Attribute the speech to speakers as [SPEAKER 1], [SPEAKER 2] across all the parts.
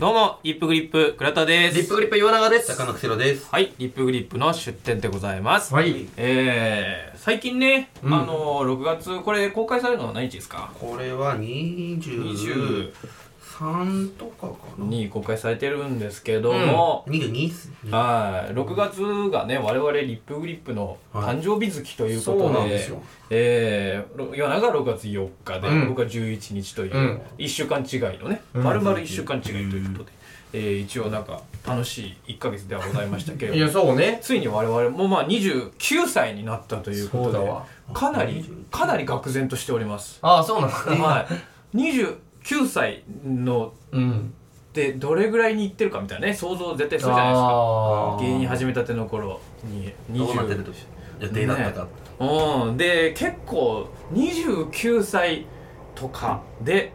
[SPEAKER 1] どうも、リップグリップ、倉田です。
[SPEAKER 2] リップグリップ岩永です。
[SPEAKER 3] 高野せろです。
[SPEAKER 1] はい、リップグリップの出店でございます。
[SPEAKER 2] はい。
[SPEAKER 1] えー、最近ね、
[SPEAKER 2] うん
[SPEAKER 1] あの、6月、これ公開されるのは何日ですか
[SPEAKER 3] これは23
[SPEAKER 1] ?20
[SPEAKER 3] とかかな。
[SPEAKER 1] に公開されてるんですけども、
[SPEAKER 3] 22っすね。
[SPEAKER 1] はい、6月がね、我々リップグリップの誕生日月ということで、
[SPEAKER 3] そうなんですよ。
[SPEAKER 1] えーろ、夜長が6月4日で、
[SPEAKER 2] うん
[SPEAKER 1] 僕は11日という、
[SPEAKER 2] うん
[SPEAKER 1] 1週間違いのね、
[SPEAKER 2] うん
[SPEAKER 1] 丸々1週間違いということで、えー一応なんか楽しい1ヶ月ではございましたけれど
[SPEAKER 2] いや、そうね。
[SPEAKER 1] ついに我々もまあ29歳になったということ
[SPEAKER 2] そう
[SPEAKER 1] で
[SPEAKER 2] だわ
[SPEAKER 1] かなり
[SPEAKER 3] 29
[SPEAKER 1] かなり愕然としております、
[SPEAKER 2] ああ、そうなの
[SPEAKER 1] はい、29歳の
[SPEAKER 2] うん。
[SPEAKER 1] でどれぐらいにいってるかみたいなね想像絶対するじゃないですか
[SPEAKER 2] ああ。
[SPEAKER 1] 芸人始めたての頃に
[SPEAKER 3] どうなって
[SPEAKER 1] 20
[SPEAKER 3] るとし予定だったか。
[SPEAKER 1] うん、で結構29歳とかで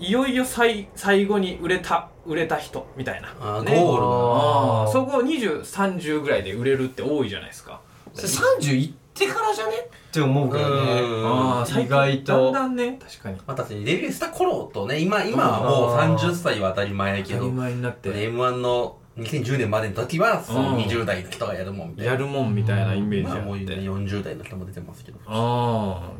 [SPEAKER 1] いよいよ最最後に売れた売れた人みたいな
[SPEAKER 3] あー
[SPEAKER 1] ね
[SPEAKER 3] ゴー
[SPEAKER 1] あ
[SPEAKER 2] あ
[SPEAKER 1] ー
[SPEAKER 2] ー
[SPEAKER 1] そこ2030ぐらいで売れるって多いじゃないですか
[SPEAKER 2] それ30いってからじゃねって思う
[SPEAKER 3] ル
[SPEAKER 2] け
[SPEAKER 3] だ
[SPEAKER 2] どね。
[SPEAKER 3] う
[SPEAKER 1] あ
[SPEAKER 3] ん
[SPEAKER 1] あ最近
[SPEAKER 2] 意外と
[SPEAKER 1] だんだんね確かに
[SPEAKER 3] まあ確かにデビューした頃とね、今、今はもう
[SPEAKER 2] うん
[SPEAKER 3] 30歳は当たり前やけ
[SPEAKER 1] 当た
[SPEAKER 3] ど、
[SPEAKER 1] り
[SPEAKER 3] ね
[SPEAKER 1] 前になって、
[SPEAKER 3] M1 の2010年までの時は、その
[SPEAKER 1] うん
[SPEAKER 3] 20代の人がやるもんみたいな。
[SPEAKER 1] やるもんみたいなイメージ
[SPEAKER 3] ま
[SPEAKER 1] あ
[SPEAKER 3] あもう
[SPEAKER 1] って、
[SPEAKER 3] 40代の人も出てますけど。
[SPEAKER 1] ああ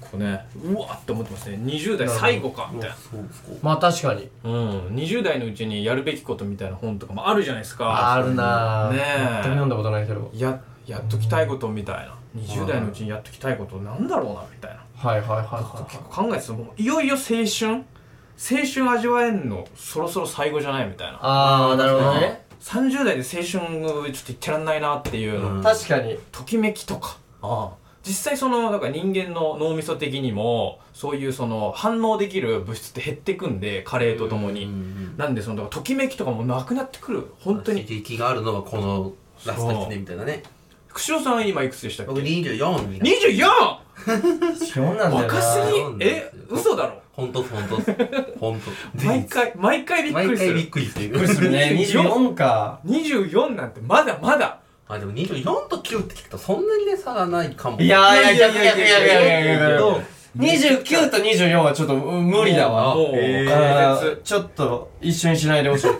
[SPEAKER 1] 結構ねうわっと思ってますね20代最後かみたいな
[SPEAKER 3] そうそう。
[SPEAKER 2] まあ確かに。
[SPEAKER 1] うん20代のうちにやるべきことみたいな本とかもあるじゃないですか
[SPEAKER 2] あるなぁ。
[SPEAKER 1] ねえ
[SPEAKER 2] 全く読んだことないけど。
[SPEAKER 1] ややっときたいことみたいな20代のうちにやっときたいことなんだろうなみたいな
[SPEAKER 2] はいはいはい
[SPEAKER 1] 結
[SPEAKER 2] は
[SPEAKER 1] 構考えてたもういよいよ青春青春味わえんのそろそろ最後じゃないみたい
[SPEAKER 2] い。
[SPEAKER 1] な
[SPEAKER 2] ああ、なるほど
[SPEAKER 1] うん
[SPEAKER 2] ね。
[SPEAKER 1] 30代で青春をちょっと言ってらんないなっていう、
[SPEAKER 3] うん
[SPEAKER 2] 確かに。
[SPEAKER 1] ときめきとか実際そのなんか人間の脳みそ的にもそういうその反応できる物質って減ってくんで加齢とともに、
[SPEAKER 3] うん
[SPEAKER 1] なんでそのだからときめきとかもなくなってくる本当
[SPEAKER 3] 刺
[SPEAKER 1] に
[SPEAKER 3] 激があるのはこのラスト1年みたいなね。
[SPEAKER 1] 福代さんは今いくつでしたっけ
[SPEAKER 3] 僕24になる。
[SPEAKER 1] 24!
[SPEAKER 2] そうなんだよな。
[SPEAKER 1] 若す
[SPEAKER 3] そうなん
[SPEAKER 1] ぎ
[SPEAKER 3] で
[SPEAKER 1] え
[SPEAKER 3] すよ
[SPEAKER 1] 嘘だろ
[SPEAKER 3] ほんとっすほんとっす。ほんと。
[SPEAKER 1] 毎回 毎回びっく
[SPEAKER 3] 毎
[SPEAKER 1] りす
[SPEAKER 3] 回びっ
[SPEAKER 1] る
[SPEAKER 3] くりする。
[SPEAKER 2] びっくりするね。
[SPEAKER 1] 24
[SPEAKER 2] 24か。
[SPEAKER 1] 24なんてまだまだ
[SPEAKER 3] あ、でも24と9って聞くとそんなにね、差がないかも。
[SPEAKER 2] いやーいやいやいやいやいやいやいやい
[SPEAKER 3] け
[SPEAKER 2] や
[SPEAKER 3] ど、
[SPEAKER 2] 29と24はちょっとうん無理だわ。
[SPEAKER 1] もう
[SPEAKER 3] えー
[SPEAKER 2] あ
[SPEAKER 1] もう
[SPEAKER 2] ーちょっと一緒にしないでほしい。
[SPEAKER 3] 去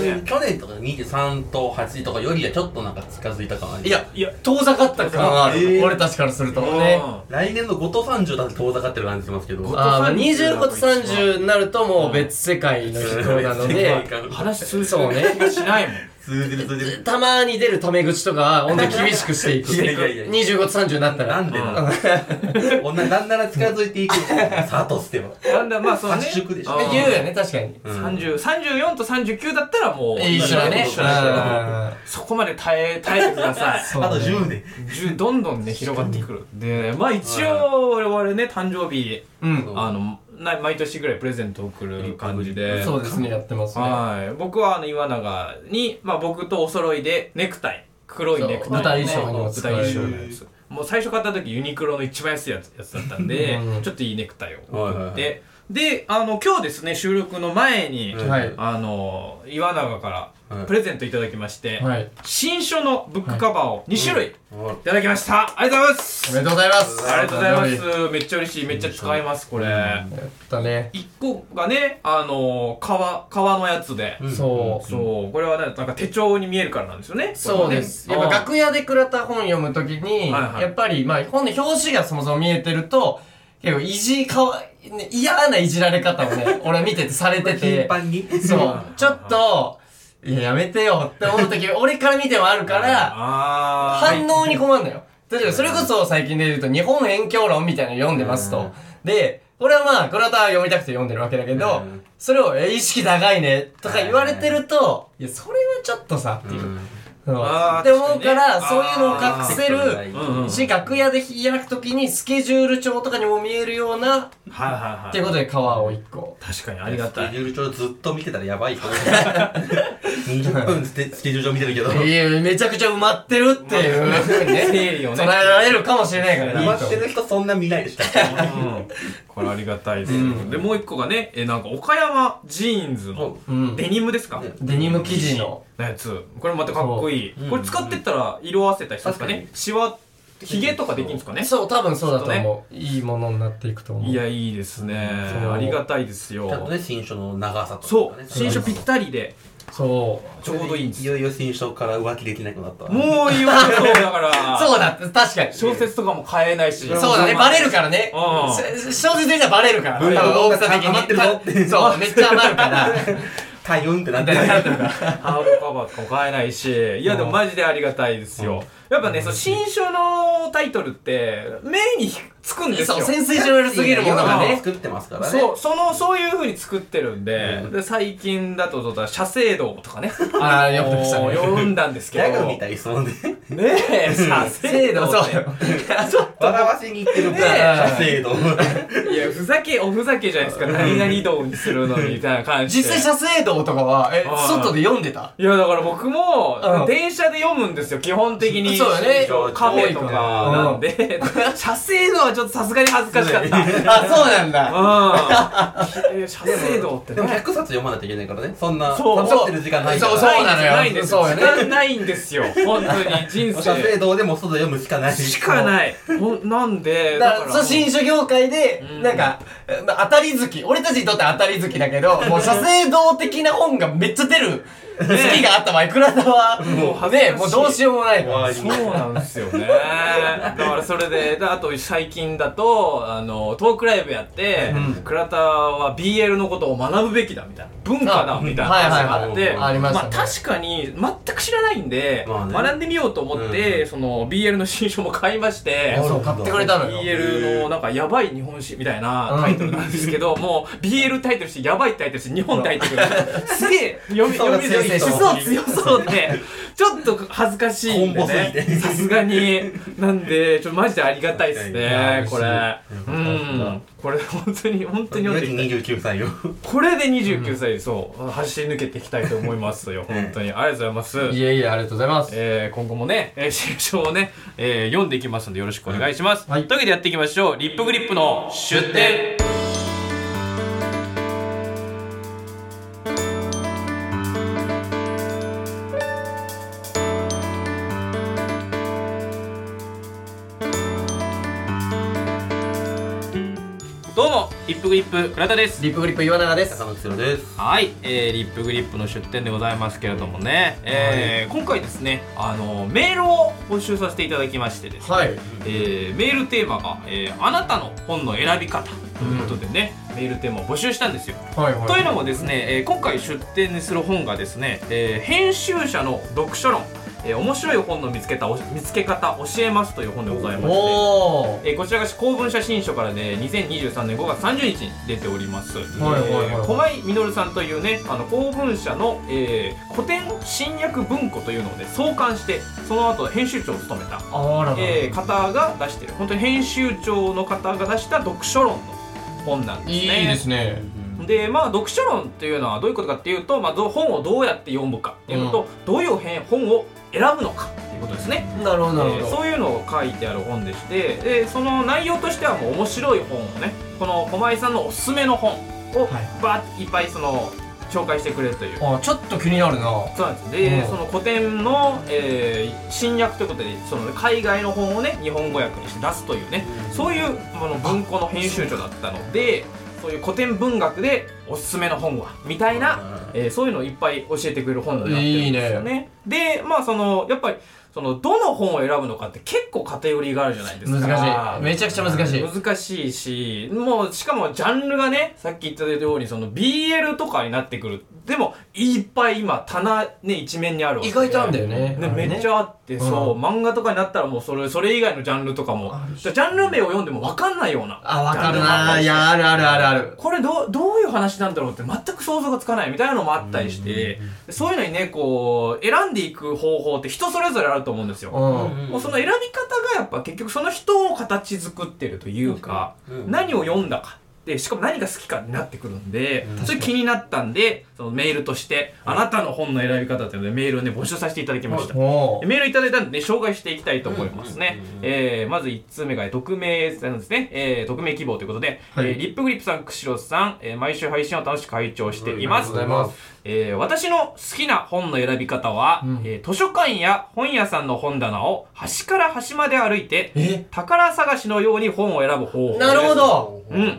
[SPEAKER 3] 年去年とか23と8とかよりはちょっとなんか近づいた感ある。
[SPEAKER 2] いや、
[SPEAKER 1] いや
[SPEAKER 2] 遠ざかった感はある、
[SPEAKER 3] えー
[SPEAKER 2] 俺たちからすると
[SPEAKER 1] うん
[SPEAKER 2] ね。
[SPEAKER 3] 来年の5と30だって遠ざかってる感じしますけど。
[SPEAKER 1] ご
[SPEAKER 2] あー
[SPEAKER 1] 25
[SPEAKER 2] 25と30になるともう別世界の人な ので、
[SPEAKER 1] 話通じ
[SPEAKER 2] そう
[SPEAKER 1] る
[SPEAKER 2] ね
[SPEAKER 1] 気がしないもん
[SPEAKER 3] 通じる通じる。
[SPEAKER 2] たまに出るタメ口とか、ほんと厳しくしていく。
[SPEAKER 3] いやいやいや
[SPEAKER 2] 25と30になった
[SPEAKER 3] な
[SPEAKER 2] ら。
[SPEAKER 3] んでなの女、なんなら近づいていく。さとしては。
[SPEAKER 1] だんだんまあそのね
[SPEAKER 3] 圧縮でしょ
[SPEAKER 1] あー
[SPEAKER 2] 言うよね、確かに。
[SPEAKER 3] うん
[SPEAKER 1] 30 34と39だったらもう
[SPEAKER 2] 一緒だね。
[SPEAKER 1] 一
[SPEAKER 3] 緒
[SPEAKER 1] だ一緒だ
[SPEAKER 2] だ
[SPEAKER 1] そこまで耐え耐えてください
[SPEAKER 2] そ
[SPEAKER 3] あ
[SPEAKER 2] うね
[SPEAKER 3] と10年。
[SPEAKER 1] 10どんどんね広がってくるでまあ一応我々ね誕生日
[SPEAKER 2] うん。
[SPEAKER 1] あのな毎年ぐらいプレゼントを送る感じで
[SPEAKER 2] そうですね、やってますね。
[SPEAKER 1] はい僕はあの岩永に、まあ、僕とお揃いでネクタイ黒いネクタイ
[SPEAKER 2] そう舞台衣装にも
[SPEAKER 1] 舞
[SPEAKER 2] 使え
[SPEAKER 1] 台
[SPEAKER 2] る
[SPEAKER 1] 衣装のやつもう最初買った時ユニクロの一番安いやつやつだったんで
[SPEAKER 2] うん
[SPEAKER 1] ちょっといいネクタイを
[SPEAKER 3] はいは
[SPEAKER 1] 送
[SPEAKER 3] いは
[SPEAKER 1] っ
[SPEAKER 3] い
[SPEAKER 1] てであの今日ですね収録の前に、
[SPEAKER 3] うん
[SPEAKER 2] はい。
[SPEAKER 1] あの岩永から
[SPEAKER 3] はい
[SPEAKER 1] プレゼントいただきまして、
[SPEAKER 2] はい。
[SPEAKER 1] 新書のブックカバーを2種類い
[SPEAKER 3] ほら
[SPEAKER 1] ただきました、ありがとうございま
[SPEAKER 2] お
[SPEAKER 1] す
[SPEAKER 2] めでとうございます。
[SPEAKER 1] ありがとうございま
[SPEAKER 2] や
[SPEAKER 1] すめっちゃ嬉しいめっちゃ使いますこれ、
[SPEAKER 2] ったね。
[SPEAKER 1] 一個がね、あのー、革、革のやつで。
[SPEAKER 3] うん
[SPEAKER 2] そう
[SPEAKER 1] そう、これはね、なんか手帳に見えるからなんですよね。
[SPEAKER 2] そうです。
[SPEAKER 1] こ
[SPEAKER 2] や
[SPEAKER 1] れ
[SPEAKER 2] っ
[SPEAKER 1] は
[SPEAKER 2] ぱ
[SPEAKER 1] ね
[SPEAKER 2] 楽屋でくれた本読むときに、
[SPEAKER 1] はいはい
[SPEAKER 2] やっぱり、まあ本の表紙がそもそも見えてると、結構いじかわ、ね嫌ないじられ方を ね、俺見ててされて
[SPEAKER 3] 頻
[SPEAKER 2] て、
[SPEAKER 3] 繁に。
[SPEAKER 2] そう、ちょっと、いや、やめてよって思 うとき、俺から見てもあるから、
[SPEAKER 1] あー。
[SPEAKER 2] 反応に困るのよ。例えば、それこそ最近で言うと、日本遠鏡論みたいなの読んでます
[SPEAKER 3] う
[SPEAKER 2] と
[SPEAKER 3] ん。
[SPEAKER 2] で、俺はまあ、倉田は読みたくて読んでるわけだけ
[SPEAKER 3] う
[SPEAKER 2] ど
[SPEAKER 3] ん、
[SPEAKER 2] それを、え、意識高いね、とか言われてると、いや、それはちょっとさ、っていう。うん
[SPEAKER 1] あー
[SPEAKER 2] って思うから、
[SPEAKER 1] 確
[SPEAKER 2] そう
[SPEAKER 1] かにね
[SPEAKER 2] いうのを隠せる
[SPEAKER 1] うんうん
[SPEAKER 2] し、楽屋で開くときにスケジュール帳とかにも見えるような、っ
[SPEAKER 1] はいはいはい。
[SPEAKER 2] ていうことで革を1個。
[SPEAKER 1] 確かにありがた
[SPEAKER 3] スケ
[SPEAKER 1] い。
[SPEAKER 3] ジュール帳ずっと見てたらや ばい人20分スケスケジュール帳見てるけど
[SPEAKER 2] いやめちゃくちゃ埋まってるっていうふうにね、
[SPEAKER 1] 整理を
[SPEAKER 2] 捉
[SPEAKER 1] ね
[SPEAKER 2] え。られるかもしれないからね。
[SPEAKER 3] 待ってる人そんな見ないでしょ
[SPEAKER 1] うんこれありがたいです。で、もう一個がね、え、なんか岡山ジーンズの
[SPEAKER 2] うん
[SPEAKER 1] デニムですか
[SPEAKER 3] ね
[SPEAKER 2] デニム生地の。
[SPEAKER 1] のやつ。これまたかっこいい
[SPEAKER 3] そう。
[SPEAKER 1] これ使ってったら色あせたりするんですか
[SPEAKER 3] うん
[SPEAKER 1] ね。シワヒゲとかできるんですかね
[SPEAKER 2] そう、多分そうだと思う。いいものになっていくと思う。
[SPEAKER 1] いやいいですね
[SPEAKER 2] そう
[SPEAKER 1] ありがたいですよ
[SPEAKER 3] ちゃんとね新書の長さとか、ね、
[SPEAKER 1] そう新書ぴったりで
[SPEAKER 2] そう。
[SPEAKER 1] ちょうどいいんです
[SPEAKER 3] いよいよ新書から浮気できなくなった
[SPEAKER 1] もう言われそうだから
[SPEAKER 2] そうだ、確かに。そう
[SPEAKER 1] 小説とかも変えないし
[SPEAKER 2] だね、バレるからね。
[SPEAKER 1] うん
[SPEAKER 2] せ正直にはバレるから。多
[SPEAKER 3] ブレ
[SPEAKER 2] 分
[SPEAKER 3] る
[SPEAKER 2] 大きさ的
[SPEAKER 3] 余ってるぞって
[SPEAKER 2] に。そう、めっちゃ余るから。
[SPEAKER 3] 体温ってなってない
[SPEAKER 1] ハードカバーとかも買えないし、いやでもマジでありがたいですよ。やっぱね、その新書のタイトルって、目にひつくんですよ。
[SPEAKER 2] そう、潜水上よりすぎるものがね。
[SPEAKER 3] 作ってますからね
[SPEAKER 1] そう、その、そういう風に作ってるんで、
[SPEAKER 3] うん
[SPEAKER 1] で最近だと、そうだ、写生道とかね、
[SPEAKER 2] あー読んでましたね
[SPEAKER 1] あのー読んだんですけ
[SPEAKER 3] ギャグ
[SPEAKER 1] ど、
[SPEAKER 3] み
[SPEAKER 1] ね
[SPEAKER 3] たい質問で
[SPEAKER 1] え、写
[SPEAKER 2] 制
[SPEAKER 1] 生道
[SPEAKER 2] 度、
[SPEAKER 1] っ
[SPEAKER 2] そう
[SPEAKER 1] て
[SPEAKER 2] よ。ちょっと。
[SPEAKER 3] 笑わしにいってる
[SPEAKER 2] ねえ
[SPEAKER 3] から制度
[SPEAKER 1] いや、ふざけ、おふざけじゃないですか、何々道にするのみたいな感じで。
[SPEAKER 2] 実際、写生道とかは、え
[SPEAKER 1] あ、ー
[SPEAKER 2] 外で読んでた
[SPEAKER 1] いやだから僕も、
[SPEAKER 2] うん
[SPEAKER 1] 電車で読むんですよ基本的に
[SPEAKER 2] そうよね
[SPEAKER 1] カフェとかなんで、写生のはちょっとさすがに恥ずかしか った
[SPEAKER 2] あ、そうなんだ。
[SPEAKER 1] うんいや写生道って
[SPEAKER 3] でも100
[SPEAKER 1] ね
[SPEAKER 3] 冊読まないといけないからねそんな
[SPEAKER 1] そう
[SPEAKER 3] サボってる時間ないから
[SPEAKER 2] そうそうなのよ
[SPEAKER 1] ないんですよ
[SPEAKER 2] そうよ
[SPEAKER 1] 時
[SPEAKER 2] ね
[SPEAKER 1] 間ないんですよ本当に人
[SPEAKER 3] 写生
[SPEAKER 1] 生
[SPEAKER 3] 道でも外で読むしかない
[SPEAKER 1] しかないほんなんで
[SPEAKER 2] だから、そう新書業界で
[SPEAKER 1] う、ん
[SPEAKER 2] なんか、まあ当たり好き。俺たちにとっては当たり好きだけど、もう写生道的な本がめっちゃ出る好きがあった場合、いくらだは、
[SPEAKER 1] もう恥ずかしい
[SPEAKER 2] ね、もうどうしようもないから。
[SPEAKER 1] そうなんですよねだからそれでであと最近だとあのトークライブやって、
[SPEAKER 2] うん
[SPEAKER 1] 倉田は BL のことを学ぶべきだみたいな文化だ
[SPEAKER 2] あ
[SPEAKER 1] みたいな話があって、
[SPEAKER 3] はいはいはい
[SPEAKER 2] ありましたね
[SPEAKER 1] あ、確かに全く知らないんで、
[SPEAKER 3] まあね
[SPEAKER 1] 学んでみようと思って、その BL の新書も買いまして
[SPEAKER 2] あそう、買ってくれたのよ。
[SPEAKER 1] BL のなんかやばい日本史みたいなタイトルなんですけ ど、もう BL タイトルしてやばいタイトルして日本タイトルすげえ読み
[SPEAKER 3] そう
[SPEAKER 1] 読みづらい
[SPEAKER 3] 先生
[SPEAKER 1] 思想強そうでちょっと恥ずかしいんで
[SPEAKER 3] コンボすぎ
[SPEAKER 1] ね
[SPEAKER 3] て
[SPEAKER 1] さすがになんでちょっとマジでありがたいです
[SPEAKER 3] い
[SPEAKER 1] ね
[SPEAKER 3] や
[SPEAKER 1] これう
[SPEAKER 3] 嬉しいよかった
[SPEAKER 1] んこれ本当に本当に読んでいきたい
[SPEAKER 3] 二十九歳よ
[SPEAKER 1] これで29歳そう走り抜けていきたいと思いますよ本当にありがとうございます
[SPEAKER 2] いえいえ、ありがとうございます。
[SPEAKER 1] えー今後もね、えー、新書をね、えー読んでいきますのでよろしくお願いします。
[SPEAKER 2] はい
[SPEAKER 1] というわけでやっていきましょう。リップグリップの出店。どうも、リップグリップ倉田です。
[SPEAKER 2] リップグリップ岩永です。
[SPEAKER 3] 中野千代です
[SPEAKER 1] はい、えー、リップグリップの出店でございますけれどもね、えー今回ですねあのメールを募集させていただきましてですね、
[SPEAKER 2] はい。
[SPEAKER 1] えーメールテーマが、えーあなたの本の選び方」ということでね、メールテーマを募集したんですよ。
[SPEAKER 2] はいはい。
[SPEAKER 1] というのもですね、えー今回出展にする本がですね、えー編集者の読書論、えー面白い本の見つけたお見つけ方教えますという本でございまして。
[SPEAKER 2] お
[SPEAKER 1] え
[SPEAKER 2] ー。
[SPEAKER 1] ーこちらが公文写真書からね2023年5月30日に出ております、え
[SPEAKER 2] はいはい
[SPEAKER 1] ー駒井実さんというねあの公文社の、えー古典新訳文庫というのをね創刊してその後編集長を務めた、
[SPEAKER 2] あらら。
[SPEAKER 1] えー方が出してる本当に編集長の方が出した読書論の本なんですね
[SPEAKER 2] いいですね。
[SPEAKER 1] でまあ読書論っていうのはどういうことかっていうと、まあ、ど本をどうやって読むかっていうのと、どういう編本を選ぶのかっていうことですね
[SPEAKER 2] なるほど、なる
[SPEAKER 1] えー
[SPEAKER 2] ほど。
[SPEAKER 1] そういうのを書いてある本でしてでその内容としてはもう面白い本をねこの駒井さんのおすすめの本を
[SPEAKER 2] はい
[SPEAKER 1] バーっていっぱいその紹介してくれるという。
[SPEAKER 2] あ、ちょっと気になるな。
[SPEAKER 1] そうなんですで、
[SPEAKER 2] うん
[SPEAKER 1] その古典の、えー新訳ということでその海外の本をね日本語訳にして出すというね、そういうあの文庫の編集長だったのでそういう古典文学でおすすめの本はみたいなえーそういうのをいっぱい教えてくれる本になってるんですよね。でまあそのやっぱりそのどの本を選ぶのかって結構カテゴリーがあるじゃないですか。
[SPEAKER 2] 難しい。めちゃくちゃ難しい。
[SPEAKER 1] 難しいしもうしかもジャンルがねさっき言ったようにその BL とかになってくるでもいっぱい今棚ね一面にあるわけ
[SPEAKER 2] 意
[SPEAKER 1] で
[SPEAKER 2] 外とあるんだよね。
[SPEAKER 1] ね
[SPEAKER 2] あれね
[SPEAKER 1] めっちゃあって、そう漫画とかになったらもうそれそれ以外のジャンルとかも
[SPEAKER 2] あるし
[SPEAKER 1] ジャンル名を読んでも分かんないような
[SPEAKER 2] あ、わか
[SPEAKER 1] ジャン
[SPEAKER 2] る
[SPEAKER 1] ルもあ
[SPEAKER 2] な。
[SPEAKER 1] るし
[SPEAKER 2] いや、あるあるあるある。
[SPEAKER 1] これどうどういう話なんだろうって全く想像がつかないみたいなのもあったりして、そういうのにねこう選んでいく方法って人それぞれあると思うんですよ、
[SPEAKER 2] うん。
[SPEAKER 1] もうその選び方がやっぱ結局その人を形作ってるというか、
[SPEAKER 3] うん
[SPEAKER 1] 何を読んだかっでしかも何が好きかになってくるんで、
[SPEAKER 3] うん
[SPEAKER 1] それ気になったんでそのメールとして、あなたの本の選び方というのでメールをね募集させていただきました、
[SPEAKER 2] おー
[SPEAKER 1] メールいただいたんで、ね、紹介していきたいと思いますね
[SPEAKER 3] うんうんうんうん。
[SPEAKER 1] えーまず1通目が匿名さんですね。えー匿名希望ということで、
[SPEAKER 2] はい
[SPEAKER 1] えーリップグリップさん、釧路さん、えー毎週配信を楽しく拝聴してい
[SPEAKER 2] あ
[SPEAKER 1] ま
[SPEAKER 2] り
[SPEAKER 1] す
[SPEAKER 2] がとうご。ざいます。
[SPEAKER 1] えー私の好きな本の選び方は、
[SPEAKER 2] うん
[SPEAKER 1] えー図書館や本屋さんの本棚を端から端まで歩いて、
[SPEAKER 2] え
[SPEAKER 1] 宝探しのように本を選ぶ方法です
[SPEAKER 2] なるほど
[SPEAKER 1] うん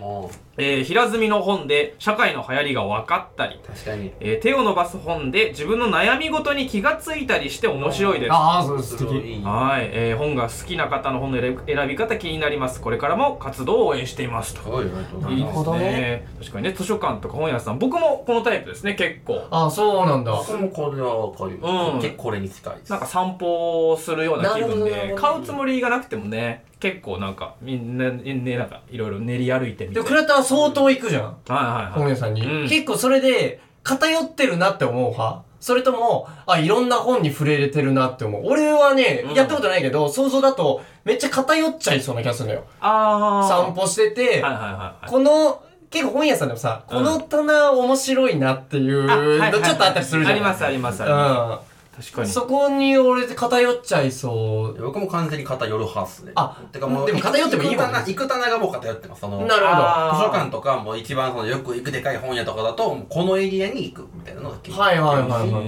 [SPEAKER 1] えー平積みの本で社会の流行りが分かったり、
[SPEAKER 3] 確かに
[SPEAKER 1] えー手を伸ばす本で自分の悩みごとに気がついたりして面白いです。
[SPEAKER 2] ああ、そう素
[SPEAKER 3] すご
[SPEAKER 2] 敵。
[SPEAKER 3] いいい
[SPEAKER 1] はい、えー本が好きな方の本の選び選び方気になります。これからも活動を応援しています
[SPEAKER 3] す
[SPEAKER 1] と。
[SPEAKER 3] ごいよね
[SPEAKER 2] ない
[SPEAKER 1] い
[SPEAKER 2] る
[SPEAKER 1] で
[SPEAKER 2] ほ
[SPEAKER 1] す
[SPEAKER 2] ど
[SPEAKER 1] ね。確かにね、図書館とか本屋さん、僕もこのタイプですね、結構。
[SPEAKER 2] ああ、そうなんだ。
[SPEAKER 3] 僕もこれはわかります、
[SPEAKER 1] うん
[SPEAKER 3] 結構これに近いです
[SPEAKER 1] なんか散歩をするような気分
[SPEAKER 3] なる
[SPEAKER 1] で、
[SPEAKER 3] ほど
[SPEAKER 1] 買うつもりがなくてもね、結構なんか、みんな、ね、なんか、いろいろ練り歩いてみ
[SPEAKER 2] で
[SPEAKER 1] て。
[SPEAKER 2] も、
[SPEAKER 1] はい
[SPEAKER 2] 倉田は相当行くじゃん。
[SPEAKER 1] はい
[SPEAKER 2] 本
[SPEAKER 1] はい。
[SPEAKER 2] 屋さんに、
[SPEAKER 1] うん
[SPEAKER 2] 結構それで偏ってるなって思う派それともあいろんな本に触れれてるなって思う俺はね、
[SPEAKER 1] うん
[SPEAKER 2] やったことないけど想像だとめっちゃ偏っちゃいそうな気がするのよ
[SPEAKER 1] あー。
[SPEAKER 2] 散歩してて、
[SPEAKER 1] はいはいはいはい。
[SPEAKER 2] この結構本屋さんでもさ、
[SPEAKER 1] うん
[SPEAKER 2] この棚面白いなっていう
[SPEAKER 1] あはいはいは
[SPEAKER 2] の
[SPEAKER 1] い
[SPEAKER 2] ちょっとあったりするじゃん、
[SPEAKER 1] ありますありますあります。確か
[SPEAKER 2] うん
[SPEAKER 1] に。
[SPEAKER 2] そこに俺偏っちゃいそう
[SPEAKER 3] 僕も完全に偏る派っすね
[SPEAKER 2] あ
[SPEAKER 3] てかもう
[SPEAKER 2] でも偏ってもいいもんね
[SPEAKER 3] 行く棚行く棚がもう偏ってますその
[SPEAKER 2] なるほど
[SPEAKER 1] あー
[SPEAKER 3] 図書館とかもう一番そのよく行くでかい本屋とかだともうこのエリアに行くみたいなのが決まっ
[SPEAKER 2] はいはいはいはい
[SPEAKER 1] え
[SPEAKER 2] はい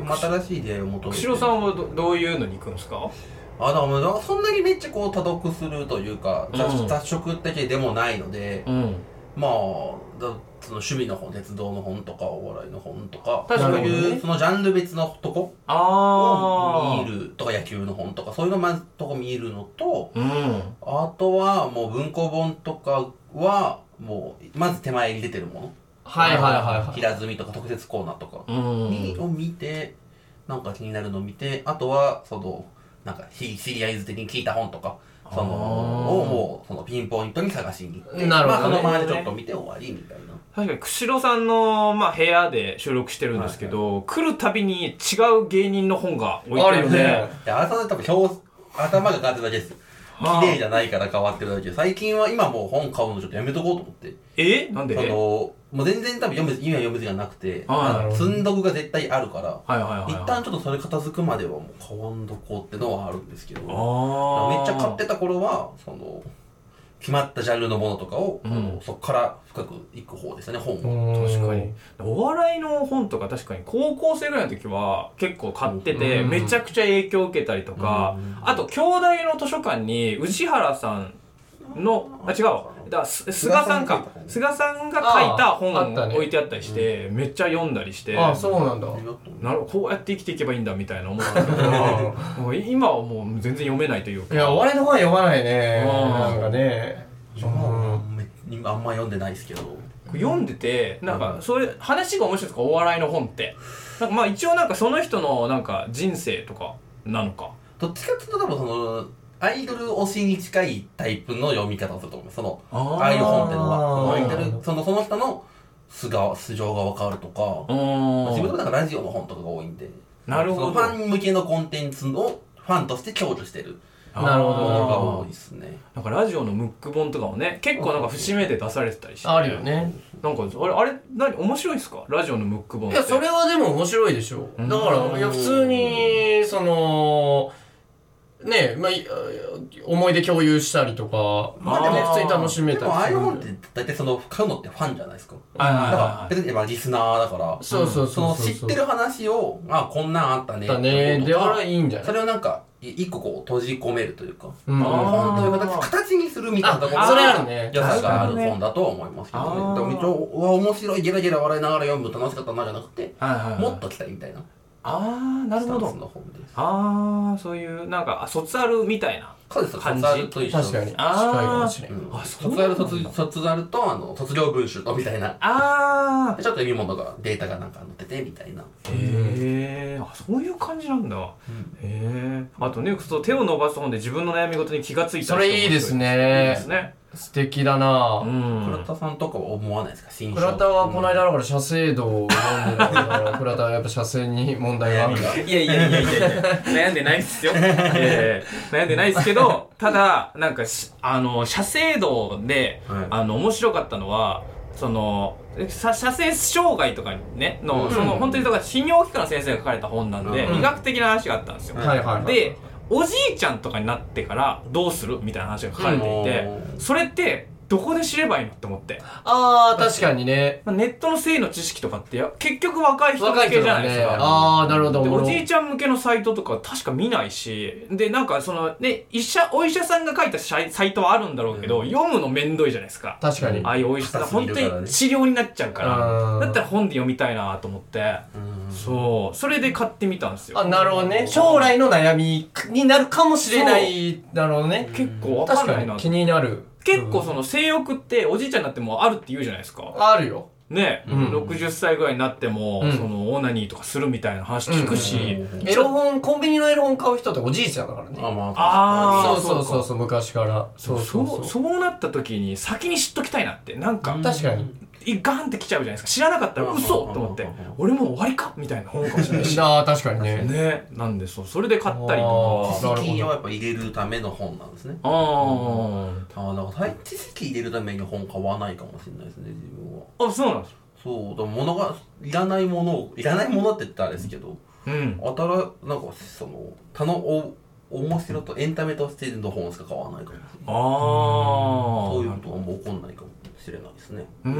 [SPEAKER 1] ー
[SPEAKER 3] て新しい出会いを求めて
[SPEAKER 1] 釧路さんはどどういうのに行くんですか
[SPEAKER 3] あだからもうだからそんなにめっちゃこう多読するというか
[SPEAKER 1] うん
[SPEAKER 3] 雑雑食的でもないので、
[SPEAKER 1] うん。
[SPEAKER 3] まあだその趣味の本鉄道の本とかお笑いの本とか
[SPEAKER 1] 確かに
[SPEAKER 3] そういうそのジャンル別のとこ
[SPEAKER 1] あー。
[SPEAKER 3] を見るとか野球の本とかそういうのまずとこ見るのと
[SPEAKER 1] うん。
[SPEAKER 3] あとはもう文庫本とかはもうまず手前に出てるも
[SPEAKER 2] はい
[SPEAKER 3] の
[SPEAKER 2] はい
[SPEAKER 3] 平積みとか特設コーナーとか
[SPEAKER 1] うん。
[SPEAKER 3] を見てなんか気になるのを見てあとはそのなんかシシリアイズ的に聞いた本とかその
[SPEAKER 1] あー
[SPEAKER 3] をもうそのピンポイントに探しに行って
[SPEAKER 2] なる
[SPEAKER 3] まあ
[SPEAKER 2] ほ
[SPEAKER 3] そ
[SPEAKER 2] どね
[SPEAKER 3] の周りちょっと見て終わりみたいな。
[SPEAKER 1] 確かに、釧路さんの、まあ、部屋で収録してるんですけど、来るたびに違う芸人の本が置いて
[SPEAKER 2] あるよね。
[SPEAKER 3] で、あれさん多分表、頭が変わってるだけです。
[SPEAKER 1] あー
[SPEAKER 3] 綺麗じゃないから変わってるだけ。最近は今もう本買うのちょっとやめとこうと思って。
[SPEAKER 1] えなんで
[SPEAKER 3] そ
[SPEAKER 1] はい
[SPEAKER 3] の、もう全然多分読む、今読む字がなくて、
[SPEAKER 1] あー
[SPEAKER 2] なるほど
[SPEAKER 3] 積んどくが絶対あるから、
[SPEAKER 1] はいはい。
[SPEAKER 3] 一旦ちょっとそれ片付くまではもう買わんどこうってのはあるんですけど、めっ
[SPEAKER 1] ああ。
[SPEAKER 3] ちゃ買ってた頃は、その、決まったジャンルのものとかを、
[SPEAKER 1] うん
[SPEAKER 3] そこから深くいく方ですね、本を。
[SPEAKER 1] 確
[SPEAKER 2] 確
[SPEAKER 1] かにお笑いの本とか確かに高校生ぐらいの時は結構買ってて
[SPEAKER 2] うん
[SPEAKER 1] めちゃくちゃ影響を受けたりとか
[SPEAKER 3] うん
[SPEAKER 1] あと兄弟の図書館に宇原さんのあ違うわだからす菅さんか菅さんが書いた本
[SPEAKER 2] ああった
[SPEAKER 1] が
[SPEAKER 2] ね
[SPEAKER 1] 置いてあったりしてめっちゃ読んだりして
[SPEAKER 2] あそうなんだ
[SPEAKER 1] なるこうやって生きていけばいいんだみたいな思ったけどもう 今はもう全然読めないというか
[SPEAKER 2] いや、俺の本は読まないね。
[SPEAKER 1] うん
[SPEAKER 2] なんかね。
[SPEAKER 3] 今めあんま読んでないですけど。
[SPEAKER 1] 読んでてなんかそれ話が面白いですかお笑いの本ってなんかまあ一応なんかその人のなんか人生とかなのか
[SPEAKER 3] どっちかっていうと多分その、アイドル推しに近いタイプの読み方をすると思います。その、
[SPEAKER 1] あ
[SPEAKER 3] ああいう本ってのは。
[SPEAKER 2] あ
[SPEAKER 3] ア
[SPEAKER 2] ー
[SPEAKER 3] イドル、その、その人の素が、素性がわかるとか、自分の
[SPEAKER 1] う
[SPEAKER 3] だからラジオの本とかが多いんで。
[SPEAKER 1] なるほ
[SPEAKER 3] その
[SPEAKER 1] ど
[SPEAKER 3] ファン向けのコンテンツを、ファンとして享受してる
[SPEAKER 1] あー
[SPEAKER 2] なるほ
[SPEAKER 3] ものが多
[SPEAKER 2] ど
[SPEAKER 3] いですね。
[SPEAKER 1] なんかラジオのムック本とかもね結構なんか節目で出されてたりして
[SPEAKER 2] あるよね。
[SPEAKER 1] なんかあれあれ何面白いですかラジオのムック本っ
[SPEAKER 2] い
[SPEAKER 1] て
[SPEAKER 2] や、それはでも面白いでしょ。
[SPEAKER 1] うん
[SPEAKER 2] だから、いや、普通に、その、ねえ、まあ、い思い出共有したりとか、まあでも普通に楽しめ
[SPEAKER 3] で
[SPEAKER 2] た
[SPEAKER 3] もああい
[SPEAKER 2] りす
[SPEAKER 3] う
[SPEAKER 2] る
[SPEAKER 3] 本っ
[SPEAKER 2] んで。
[SPEAKER 3] て大体その、買うのってファンじゃないですか。
[SPEAKER 1] はいはい
[SPEAKER 3] だ
[SPEAKER 1] はい
[SPEAKER 3] から
[SPEAKER 1] は、い
[SPEAKER 3] 別にまあリスナーだから、
[SPEAKER 2] そうそう
[SPEAKER 3] そ
[SPEAKER 2] そう
[SPEAKER 3] の
[SPEAKER 2] そう。
[SPEAKER 3] 知ってる話を、あ、こんなんあったね。
[SPEAKER 2] だね。で、
[SPEAKER 3] とか
[SPEAKER 2] あれはいいんじゃな
[SPEAKER 3] そ
[SPEAKER 2] い
[SPEAKER 3] れをなんか、い一個こう閉じ込めるというか、
[SPEAKER 2] うん
[SPEAKER 3] 本という
[SPEAKER 1] あー
[SPEAKER 3] 形形にするみたいなところ
[SPEAKER 2] あ、それあるね。
[SPEAKER 3] 良さがあ
[SPEAKER 1] 確か
[SPEAKER 3] る
[SPEAKER 1] にね
[SPEAKER 3] 本だとは思いますけど
[SPEAKER 1] あー
[SPEAKER 3] ね。でも一応、うわ、面白い、ゲラゲラ笑いながら読む楽しかったなじゃなくて、
[SPEAKER 1] はいはいはい
[SPEAKER 3] もっと来たいみたいな。
[SPEAKER 1] ああなるほ
[SPEAKER 3] スタン
[SPEAKER 1] ど
[SPEAKER 3] スの本です。
[SPEAKER 1] ああそういうなんかあ卒アルみたいな
[SPEAKER 3] そうです、
[SPEAKER 1] 感じ
[SPEAKER 3] 卒アルと一緒
[SPEAKER 2] 確かに。近い
[SPEAKER 1] あー
[SPEAKER 2] かもしれん。
[SPEAKER 3] うん
[SPEAKER 1] あそう
[SPEAKER 3] 卒アル、卒卒アルと、あの、卒業文集とみたいな。
[SPEAKER 1] ああ
[SPEAKER 3] ちょっと読み物が、データがなんか載ってて、みたいな。
[SPEAKER 1] へえ、あそういう感じなんだ、へえあとねそう手を伸ばす本で自分の悩み事に気がついた
[SPEAKER 2] それいいですね
[SPEAKER 1] いいですね
[SPEAKER 2] 素敵だなぁ。
[SPEAKER 1] ん
[SPEAKER 3] 倉田さんとかは思わないですか新書
[SPEAKER 2] 倉田はこの間だから写生度を読んで たから、倉田はやっぱ写生に問題があるんだ。
[SPEAKER 1] いやいやいやいやいや悩んでないっすよ、えー悩んでないっすけどただなんかしあの写生道で、
[SPEAKER 3] はい
[SPEAKER 1] あの面白かったのはそのさ写生障害とかねの、
[SPEAKER 2] うん
[SPEAKER 1] その本当にだから泌尿器科の先生が書かれた本なんで、
[SPEAKER 3] うん
[SPEAKER 1] 医学的な話があったんですよ、
[SPEAKER 3] はい
[SPEAKER 2] はいはいはい。
[SPEAKER 1] でおじいちゃんとかになってからどうするみたいな話が書かれていて、それってどこで知ればいいのって思って、
[SPEAKER 2] あー、確かにね。
[SPEAKER 1] まあネットの性の知識とかってや結局若い人
[SPEAKER 2] 若
[SPEAKER 1] 向
[SPEAKER 2] い
[SPEAKER 1] け
[SPEAKER 2] 人
[SPEAKER 1] じゃな
[SPEAKER 2] が
[SPEAKER 1] いです
[SPEAKER 2] ね
[SPEAKER 1] か、。
[SPEAKER 2] あー、なるほど。
[SPEAKER 1] で
[SPEAKER 2] 俺
[SPEAKER 1] お
[SPEAKER 2] も
[SPEAKER 1] じいちゃん向けのサイトとか確か見ないしでなんかそのね医者お医者さんが書いたサイサイトはあるんだろうけど、
[SPEAKER 3] うん
[SPEAKER 1] 読むのめんどいじゃないですか
[SPEAKER 2] 確かに。
[SPEAKER 1] ああいうお医者さん
[SPEAKER 3] 硬すぎ
[SPEAKER 1] 本
[SPEAKER 3] る
[SPEAKER 1] 当
[SPEAKER 3] からね
[SPEAKER 1] に治療になっちゃうから、
[SPEAKER 2] うん
[SPEAKER 1] だったら本で読みたいなと思って、そうそれで買ってみたんです
[SPEAKER 2] あ、
[SPEAKER 1] よ
[SPEAKER 2] なるほどね。将来の悩みになるかもしれない。なるほどね。
[SPEAKER 1] 結構わかん
[SPEAKER 2] 確か
[SPEAKER 1] ないな
[SPEAKER 2] に気になる。
[SPEAKER 1] 結構その性欲っておじいちゃんになってもあるって言うじゃないですか
[SPEAKER 2] あるよ。
[SPEAKER 1] ね、
[SPEAKER 2] うん
[SPEAKER 1] 60歳ぐらいになっても、
[SPEAKER 2] うん
[SPEAKER 1] そのオナニーとかするみたいな話聞くし、
[SPEAKER 3] うん
[SPEAKER 2] エロ本、コンビニのエロ本買う人っておじいちゃんだからね。
[SPEAKER 3] あまあ
[SPEAKER 1] あー
[SPEAKER 2] そう
[SPEAKER 3] 確
[SPEAKER 2] そうそうそう、昔から。
[SPEAKER 1] そ
[SPEAKER 2] そう
[SPEAKER 1] そ
[SPEAKER 2] うそうう
[SPEAKER 1] そう
[SPEAKER 2] そう。
[SPEAKER 1] なった時に先に知っときたいなってなんか、
[SPEAKER 3] うん
[SPEAKER 2] 確かに。
[SPEAKER 1] いガンって来ちゃうじゃないですか知らなかったら
[SPEAKER 3] うん
[SPEAKER 1] 嘘と思って
[SPEAKER 3] うん
[SPEAKER 1] 俺もう終わりかみたいな本かもしれないし
[SPEAKER 2] ああ、確かにね。
[SPEAKER 1] ねなんでそうそれで買ったり
[SPEAKER 2] あ
[SPEAKER 1] と
[SPEAKER 2] ー
[SPEAKER 1] か
[SPEAKER 3] かに知識をやっぱ入れるための本なんですね
[SPEAKER 1] あー
[SPEAKER 3] ああだから知識入れるために本買わないかもしれないですね自分は
[SPEAKER 1] あそうなんです
[SPEAKER 3] そうだから物がいらないものをいらないものって言ったらあれですけど
[SPEAKER 1] うん
[SPEAKER 3] あたらなんかその他のお面白とエンタメとしての本しか買わないかもしれない
[SPEAKER 1] ああ
[SPEAKER 3] そういうことはもう起こんないかもしれないですね
[SPEAKER 1] うー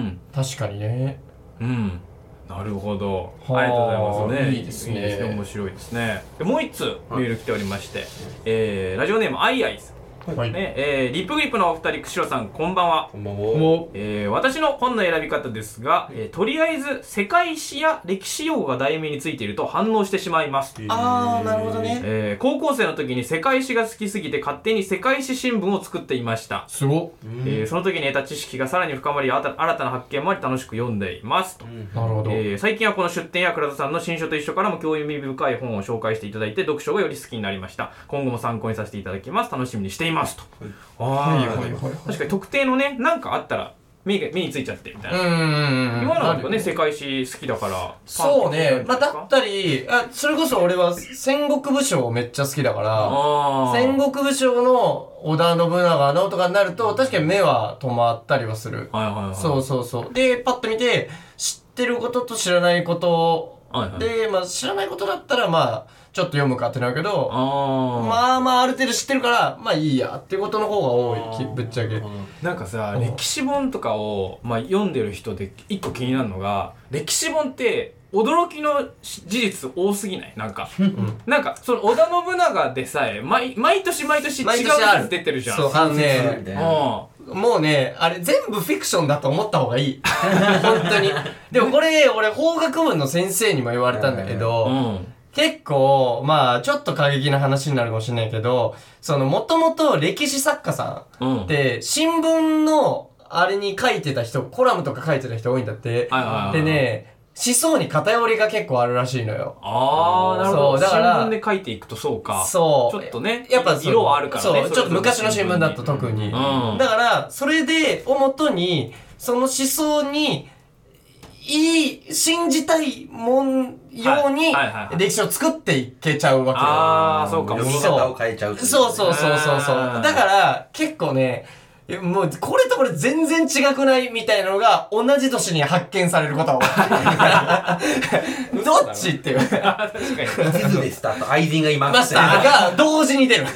[SPEAKER 1] ん
[SPEAKER 2] 確かにね。
[SPEAKER 1] うんなるほど
[SPEAKER 2] はあ
[SPEAKER 1] ありがとうございますね
[SPEAKER 2] いいですね
[SPEAKER 1] 面白いですねでもう一つメール来ておりまして、えーラジオネームアイアイさん
[SPEAKER 2] はい。
[SPEAKER 1] ねえーリップグリップのお二人釧路さんこんばんは
[SPEAKER 3] こんばんは
[SPEAKER 2] も
[SPEAKER 1] えー私の本の選び方ですが、えーとりあえず世界史や歴史用語が題名についていると反応してしまいます、
[SPEAKER 2] あーなるほどね
[SPEAKER 1] えー高校生の時に世界史が好きすぎて勝手に世界史新聞を作っていました
[SPEAKER 2] う、、すご
[SPEAKER 3] う
[SPEAKER 1] えー
[SPEAKER 3] ん
[SPEAKER 1] その時に得た知識がさらに深まりあた新たな発見もあり楽しく読んでいますと
[SPEAKER 3] うん
[SPEAKER 2] っ。なるほど。
[SPEAKER 1] えー最近はこの出典や倉田さんの新書と一緒からも興味深い本を紹介していただいて読書がより好きになりました今後も参考にさせていただきます楽しみにしていますと、
[SPEAKER 2] はい
[SPEAKER 1] あ
[SPEAKER 2] は
[SPEAKER 1] ー
[SPEAKER 2] いはいはい。
[SPEAKER 1] 確かに特定のね何かあったら目が目についちゃってみたいな、
[SPEAKER 2] うんうんうん。
[SPEAKER 1] 今のは
[SPEAKER 2] あ
[SPEAKER 1] ね
[SPEAKER 2] る
[SPEAKER 1] 世界史好きだから
[SPEAKER 2] そうね。
[SPEAKER 1] パ
[SPEAKER 2] ま
[SPEAKER 1] ン
[SPEAKER 2] あ、
[SPEAKER 1] と
[SPEAKER 2] だったり、あ、それこそ俺は戦国武将めっちゃ好きだから、
[SPEAKER 1] あー
[SPEAKER 2] 戦国武将の織田信長のとかになると、確かに目は止まったりはする。
[SPEAKER 1] はいはいはい
[SPEAKER 2] そうそうそう。で、パッと見て、知ってることと知らないこと
[SPEAKER 1] はいはい
[SPEAKER 2] で、まあ、知らないことだったら、まあ、ちょっと読むかってなるけど、
[SPEAKER 1] あ、ま、
[SPEAKER 2] まあまあ、ある程度知ってるから、まあいいやってことの方が多いき、ぶっちゃけ。
[SPEAKER 1] なんかさ
[SPEAKER 2] うん
[SPEAKER 1] 歴史本とかを、まあ、読んでる人で一個気になるのが歴史本って驚きのし事実多すぎないなんか、なんかその織田信長でさえ毎毎年毎年違う
[SPEAKER 2] 毎年あ
[SPEAKER 1] や
[SPEAKER 2] る
[SPEAKER 1] つ出てるじゃん
[SPEAKER 2] そう、あの
[SPEAKER 3] み
[SPEAKER 2] ね、
[SPEAKER 3] たいな
[SPEAKER 1] あ
[SPEAKER 2] もうね、あれ全部フィクションだと思った方がい い。本当に。でもこれ、俺法学部の先生にも言われたんだけ
[SPEAKER 1] う
[SPEAKER 2] ど、
[SPEAKER 1] ん
[SPEAKER 2] 結構、まあ、ちょっと過激な話になるかもしれないけど、その、もともと歴史作家さ
[SPEAKER 1] うん
[SPEAKER 2] んって、新聞の、あれに書いてた人、コラムとか書いてた人多いんだって。
[SPEAKER 1] はいはいはい
[SPEAKER 2] でね、思想に偏りが結構あるらしいのよ。
[SPEAKER 1] ああなるほ
[SPEAKER 2] そ
[SPEAKER 1] ど
[SPEAKER 2] うだから
[SPEAKER 1] 新聞で書いていくとそうか
[SPEAKER 2] そう。
[SPEAKER 1] ちょっとね
[SPEAKER 2] やっぱその
[SPEAKER 1] 色はあるからね
[SPEAKER 2] そう、ちょっと昔の新聞だと特に。
[SPEAKER 1] うん
[SPEAKER 2] だから、それで、をもとに、その思想に、いい、信じたいもんように
[SPEAKER 1] はいはいはいは、い
[SPEAKER 2] 歴史を作っていけちゃうわけよ。
[SPEAKER 1] ああそうか
[SPEAKER 3] 読
[SPEAKER 1] も
[SPEAKER 3] み方を変えちゃうってい
[SPEAKER 2] そうそうそうそうそう。
[SPEAKER 1] あー
[SPEAKER 2] だから、結構ね、もう、これとこれ全然違くないみたいなのが、同じ年に発見されること は多い。 どっちっていう。
[SPEAKER 1] 確かに
[SPEAKER 3] 地図でスタート愛人がいます
[SPEAKER 2] マスターが同時 に出る。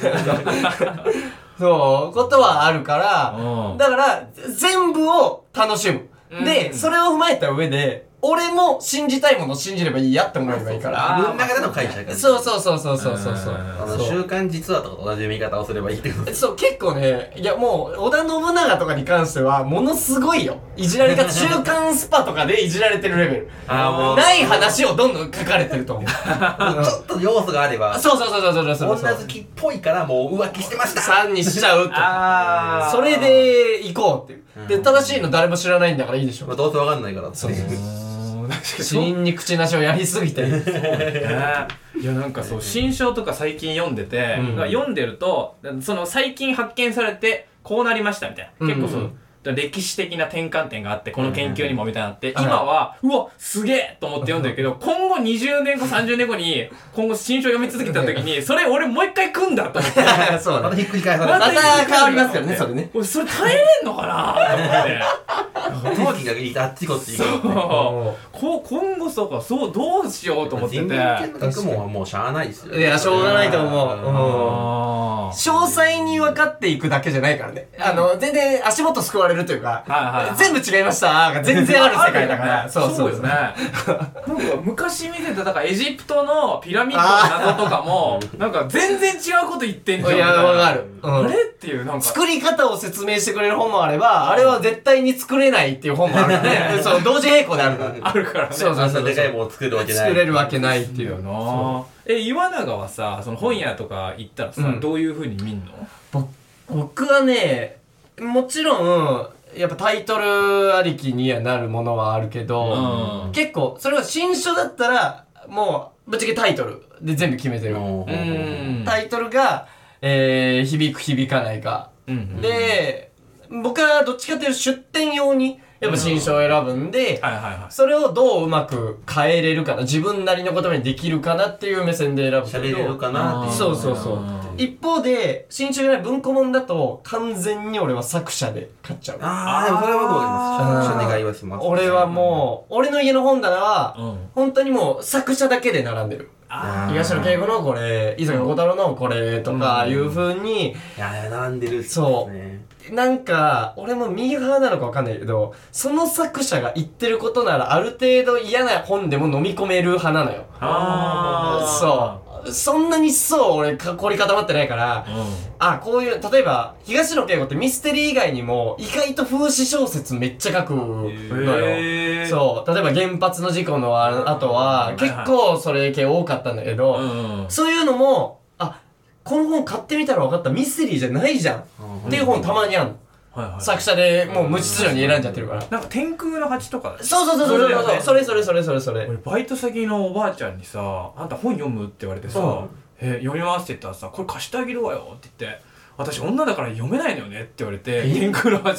[SPEAKER 2] そう、ことはあるから、
[SPEAKER 1] うん
[SPEAKER 2] だから、全部を楽しむ。
[SPEAKER 1] う
[SPEAKER 2] で、
[SPEAKER 1] ん
[SPEAKER 2] それを踏まえた上で、俺も信じたいものを信じればいいやって思えばいいから。
[SPEAKER 1] あ
[SPEAKER 3] 自分の中での解釈
[SPEAKER 2] そうそうそうそうそうそうそううん
[SPEAKER 3] あの
[SPEAKER 2] そう。
[SPEAKER 3] 週刊実話とかと同じ読み方をすればいいってことです
[SPEAKER 2] そう、結構ね、いやもう、織田信長とかに関しては、ものすごいよ。いじられ方、週刊スパとかでいじられてるレベル。
[SPEAKER 3] あーもう
[SPEAKER 2] ない話をどんどん書かれてると思う。
[SPEAKER 3] ちょっと要素があれば
[SPEAKER 2] そうそうそうそうそうそ
[SPEAKER 3] 女
[SPEAKER 2] う。
[SPEAKER 3] 好きっぽいからもう浮気してました
[SPEAKER 2] 3にしちゃうと。
[SPEAKER 1] ああ
[SPEAKER 2] それで行こうっていう。
[SPEAKER 3] う
[SPEAKER 2] で、
[SPEAKER 3] ん
[SPEAKER 2] 正しいの誰も知らないんだからいいでし
[SPEAKER 3] まあ
[SPEAKER 2] ょ。
[SPEAKER 3] どうせわかんないから
[SPEAKER 2] そう
[SPEAKER 3] っていう
[SPEAKER 2] 死人に口なしをやりすぎて。
[SPEAKER 1] ねいやなんかそう新書とか最近読んでて、
[SPEAKER 2] うん
[SPEAKER 1] 読んでるとその最近発見されてこうなりましたみたいな。
[SPEAKER 2] うん
[SPEAKER 1] 結構その、歴史的な転換点があって、この研究にもみたいなのあって、
[SPEAKER 2] うん
[SPEAKER 1] 今は、うわ、すげえと思って読んでるけ ど、今後20年後、30年後に、今後新書読み続けた時 に、それ俺もう一回組んだと思って。
[SPEAKER 2] そう
[SPEAKER 3] ま
[SPEAKER 2] だ
[SPEAKER 3] た
[SPEAKER 2] ね
[SPEAKER 3] ひっくり返され
[SPEAKER 2] ま
[SPEAKER 3] る
[SPEAKER 2] た変わりますからねそれね。
[SPEAKER 1] 俺、それ耐えれんのかな
[SPEAKER 3] 同期がいたあっちこっち
[SPEAKER 1] と
[SPEAKER 3] 行く
[SPEAKER 1] 思って。そう。
[SPEAKER 2] お
[SPEAKER 1] こう今後そうか、そう、どうしようと思って
[SPEAKER 3] 人
[SPEAKER 1] て。
[SPEAKER 3] 間系の学問はもうしゃあないですよ
[SPEAKER 2] いやしょうがないと思ううん
[SPEAKER 1] あー
[SPEAKER 2] 詳細に分かっていくだけじゃないからね。あの、全然足元救われるというか、
[SPEAKER 1] はいはいはい
[SPEAKER 2] 全部違いましたが全然ある世界だか ら。
[SPEAKER 1] そうそうよね。なんか昔見てた、だからエジプトのピラミッドの謎とかも、なんか全然違うこと言ってんじゃん。
[SPEAKER 2] いや、
[SPEAKER 1] みたいな
[SPEAKER 2] わかる。うん
[SPEAKER 1] あれっていう、なんか。
[SPEAKER 2] 作り方を説明してくれる本もあれば、あれは絶対に作れないっていう本もあるからね。そう、同時並行であるからね。
[SPEAKER 1] あるからね。
[SPEAKER 2] そう
[SPEAKER 3] あんなでかいもの作るわけない
[SPEAKER 2] 作れるわけないっていう
[SPEAKER 1] よ
[SPEAKER 2] の。
[SPEAKER 1] なえ、岩永はさ、その本屋とか行ったらさ、
[SPEAKER 2] うん
[SPEAKER 1] どういう風に見んの
[SPEAKER 2] ぼ僕はね、もちろん、やっぱタイトルありきにはなるものはあるけど、
[SPEAKER 1] うん
[SPEAKER 2] 結構、それは新書だったら、もう、ぶっちゃけタイトルで全部決めてる。
[SPEAKER 3] うん
[SPEAKER 1] うん
[SPEAKER 2] タイトルが、えー、響く響かないか。
[SPEAKER 1] うん。
[SPEAKER 2] で、僕はどっちかというと出店用に、やっぱ新書を選ぶんで、
[SPEAKER 1] はいはいは
[SPEAKER 2] それをどううまく変えれるかな、自分なりの言葉にできるかなっていう目線で選ぶけど。
[SPEAKER 3] 喋れるかなっ
[SPEAKER 1] あー
[SPEAKER 3] ていう
[SPEAKER 2] そうそうそう
[SPEAKER 1] うん。、
[SPEAKER 2] 一方で、新書じゃない文庫本だと、完全に俺は作者で買っちゃう。
[SPEAKER 3] ああでもそれは僕わかります
[SPEAKER 2] あー
[SPEAKER 3] お願いはします
[SPEAKER 2] 俺はもう、俺の家の本棚はい
[SPEAKER 1] うん。
[SPEAKER 2] 本当にもう作者だけで並んでる。
[SPEAKER 1] あ
[SPEAKER 3] ー
[SPEAKER 2] 東野圭吾のこれ、伊坂幸太郎のこれとかいう風に、
[SPEAKER 3] いや並んでるっす
[SPEAKER 2] そう
[SPEAKER 3] ね
[SPEAKER 2] なんか、俺も右派なのかわかんないけど、その作者が言ってることならある程度嫌な本でも飲み込める派なのよ。
[SPEAKER 1] あー
[SPEAKER 2] そう。そんなにそう俺か凝り固まってないから、あ、こういう、例えば、東野圭吾ってミステリー以外にも、意外と風刺小説めっちゃ書くの
[SPEAKER 1] うん。
[SPEAKER 2] よ。
[SPEAKER 1] へー
[SPEAKER 2] そう。例えば原発の事故のあ後は、結構それ系多かったんだけど、
[SPEAKER 1] うん。
[SPEAKER 2] そういうのも、あ、この本買ってみたら分かった、ミステリーじゃないじゃん。っていう本たまにあんの。
[SPEAKER 1] はいはい
[SPEAKER 2] 作者でもう無秩序に選んじゃってるから。
[SPEAKER 1] なんか天空の蜂とか。
[SPEAKER 2] そうそうそうそうそうそう、
[SPEAKER 1] そ
[SPEAKER 2] そ
[SPEAKER 1] れ
[SPEAKER 2] れそれそれそれそれ。
[SPEAKER 1] 俺バイト先のおばあちゃんにさ「あんた本読む?」って言われてさ
[SPEAKER 2] うん
[SPEAKER 1] 「え読みます」って言ったらさ「これ貸してあげるわよ」って言って「私女だから読めないのよね」って言われて「天空の橋」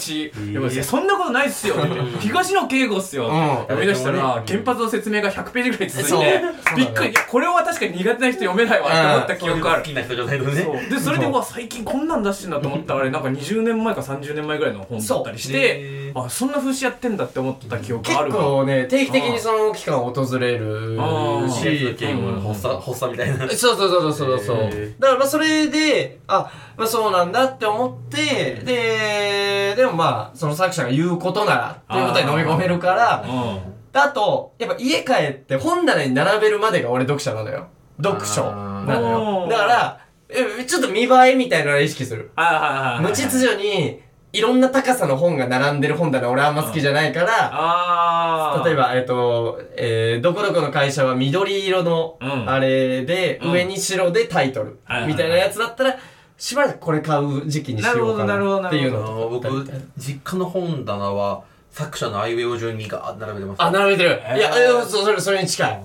[SPEAKER 1] でもいやそんなことないっすよ」って言って「東野圭吾っすよ」って
[SPEAKER 2] うん
[SPEAKER 1] 読み出したら
[SPEAKER 3] うん
[SPEAKER 1] 原発の説明が100ページぐらい続い
[SPEAKER 2] そう
[SPEAKER 1] て
[SPEAKER 2] そう
[SPEAKER 1] びっくりいやこれは確かに苦手な人読めないわって思った記
[SPEAKER 3] 記憶
[SPEAKER 1] 憶
[SPEAKER 3] が
[SPEAKER 1] が
[SPEAKER 3] あ
[SPEAKER 1] ある
[SPEAKER 3] る好。きな人じゃないの
[SPEAKER 1] そう
[SPEAKER 3] ね
[SPEAKER 1] でそれでうわ最近こんなん出してんだと思ったらあれなんか20年前か30年前ぐらいの本だったりし
[SPEAKER 3] そう
[SPEAKER 1] て
[SPEAKER 3] へ
[SPEAKER 1] あそんな風刺やってんだって思ってた記憶
[SPEAKER 2] 結
[SPEAKER 1] があるわ
[SPEAKER 2] 構ね、定期的にその期間訪れる
[SPEAKER 1] あー
[SPEAKER 2] し、
[SPEAKER 3] 結構発作発作みたいな
[SPEAKER 2] そうそうそうそうそうそう、
[SPEAKER 3] へー
[SPEAKER 2] だからまあそれであ、まあ、そうなんだって思ってででもまあその作者が言うことならっていうことに飲み込めるから
[SPEAKER 1] う
[SPEAKER 2] あ
[SPEAKER 1] ん
[SPEAKER 2] とやっぱ家帰って本棚に並べるまでが俺読者なのよ読書
[SPEAKER 3] あー
[SPEAKER 2] なの
[SPEAKER 1] お
[SPEAKER 2] よ
[SPEAKER 1] ー
[SPEAKER 2] だからえちょっと見栄えみたいなのを意識する
[SPEAKER 1] ああ
[SPEAKER 2] 無秩序にいろんな高さの本が並んでる本棚俺あんま好きじゃないから
[SPEAKER 1] ああ
[SPEAKER 2] 例えば、えっ、と、えー、どこどこの会社は緑色の、
[SPEAKER 1] うん
[SPEAKER 2] あれで、
[SPEAKER 1] うん
[SPEAKER 2] 上に白でタイトル
[SPEAKER 1] はいはいはい、
[SPEAKER 2] みたいなやつだったら、しばらくこれ買う時期にしようか
[SPEAKER 1] なるほど
[SPEAKER 2] な
[SPEAKER 1] なるほど
[SPEAKER 2] っていう
[SPEAKER 3] あ
[SPEAKER 2] の
[SPEAKER 3] の
[SPEAKER 2] とか
[SPEAKER 3] 僕実家の本棚は作者のあいうえお順にガーッて並べてます
[SPEAKER 2] あ、並べてる。
[SPEAKER 1] えー
[SPEAKER 2] いや、えーそそれ、それに近い。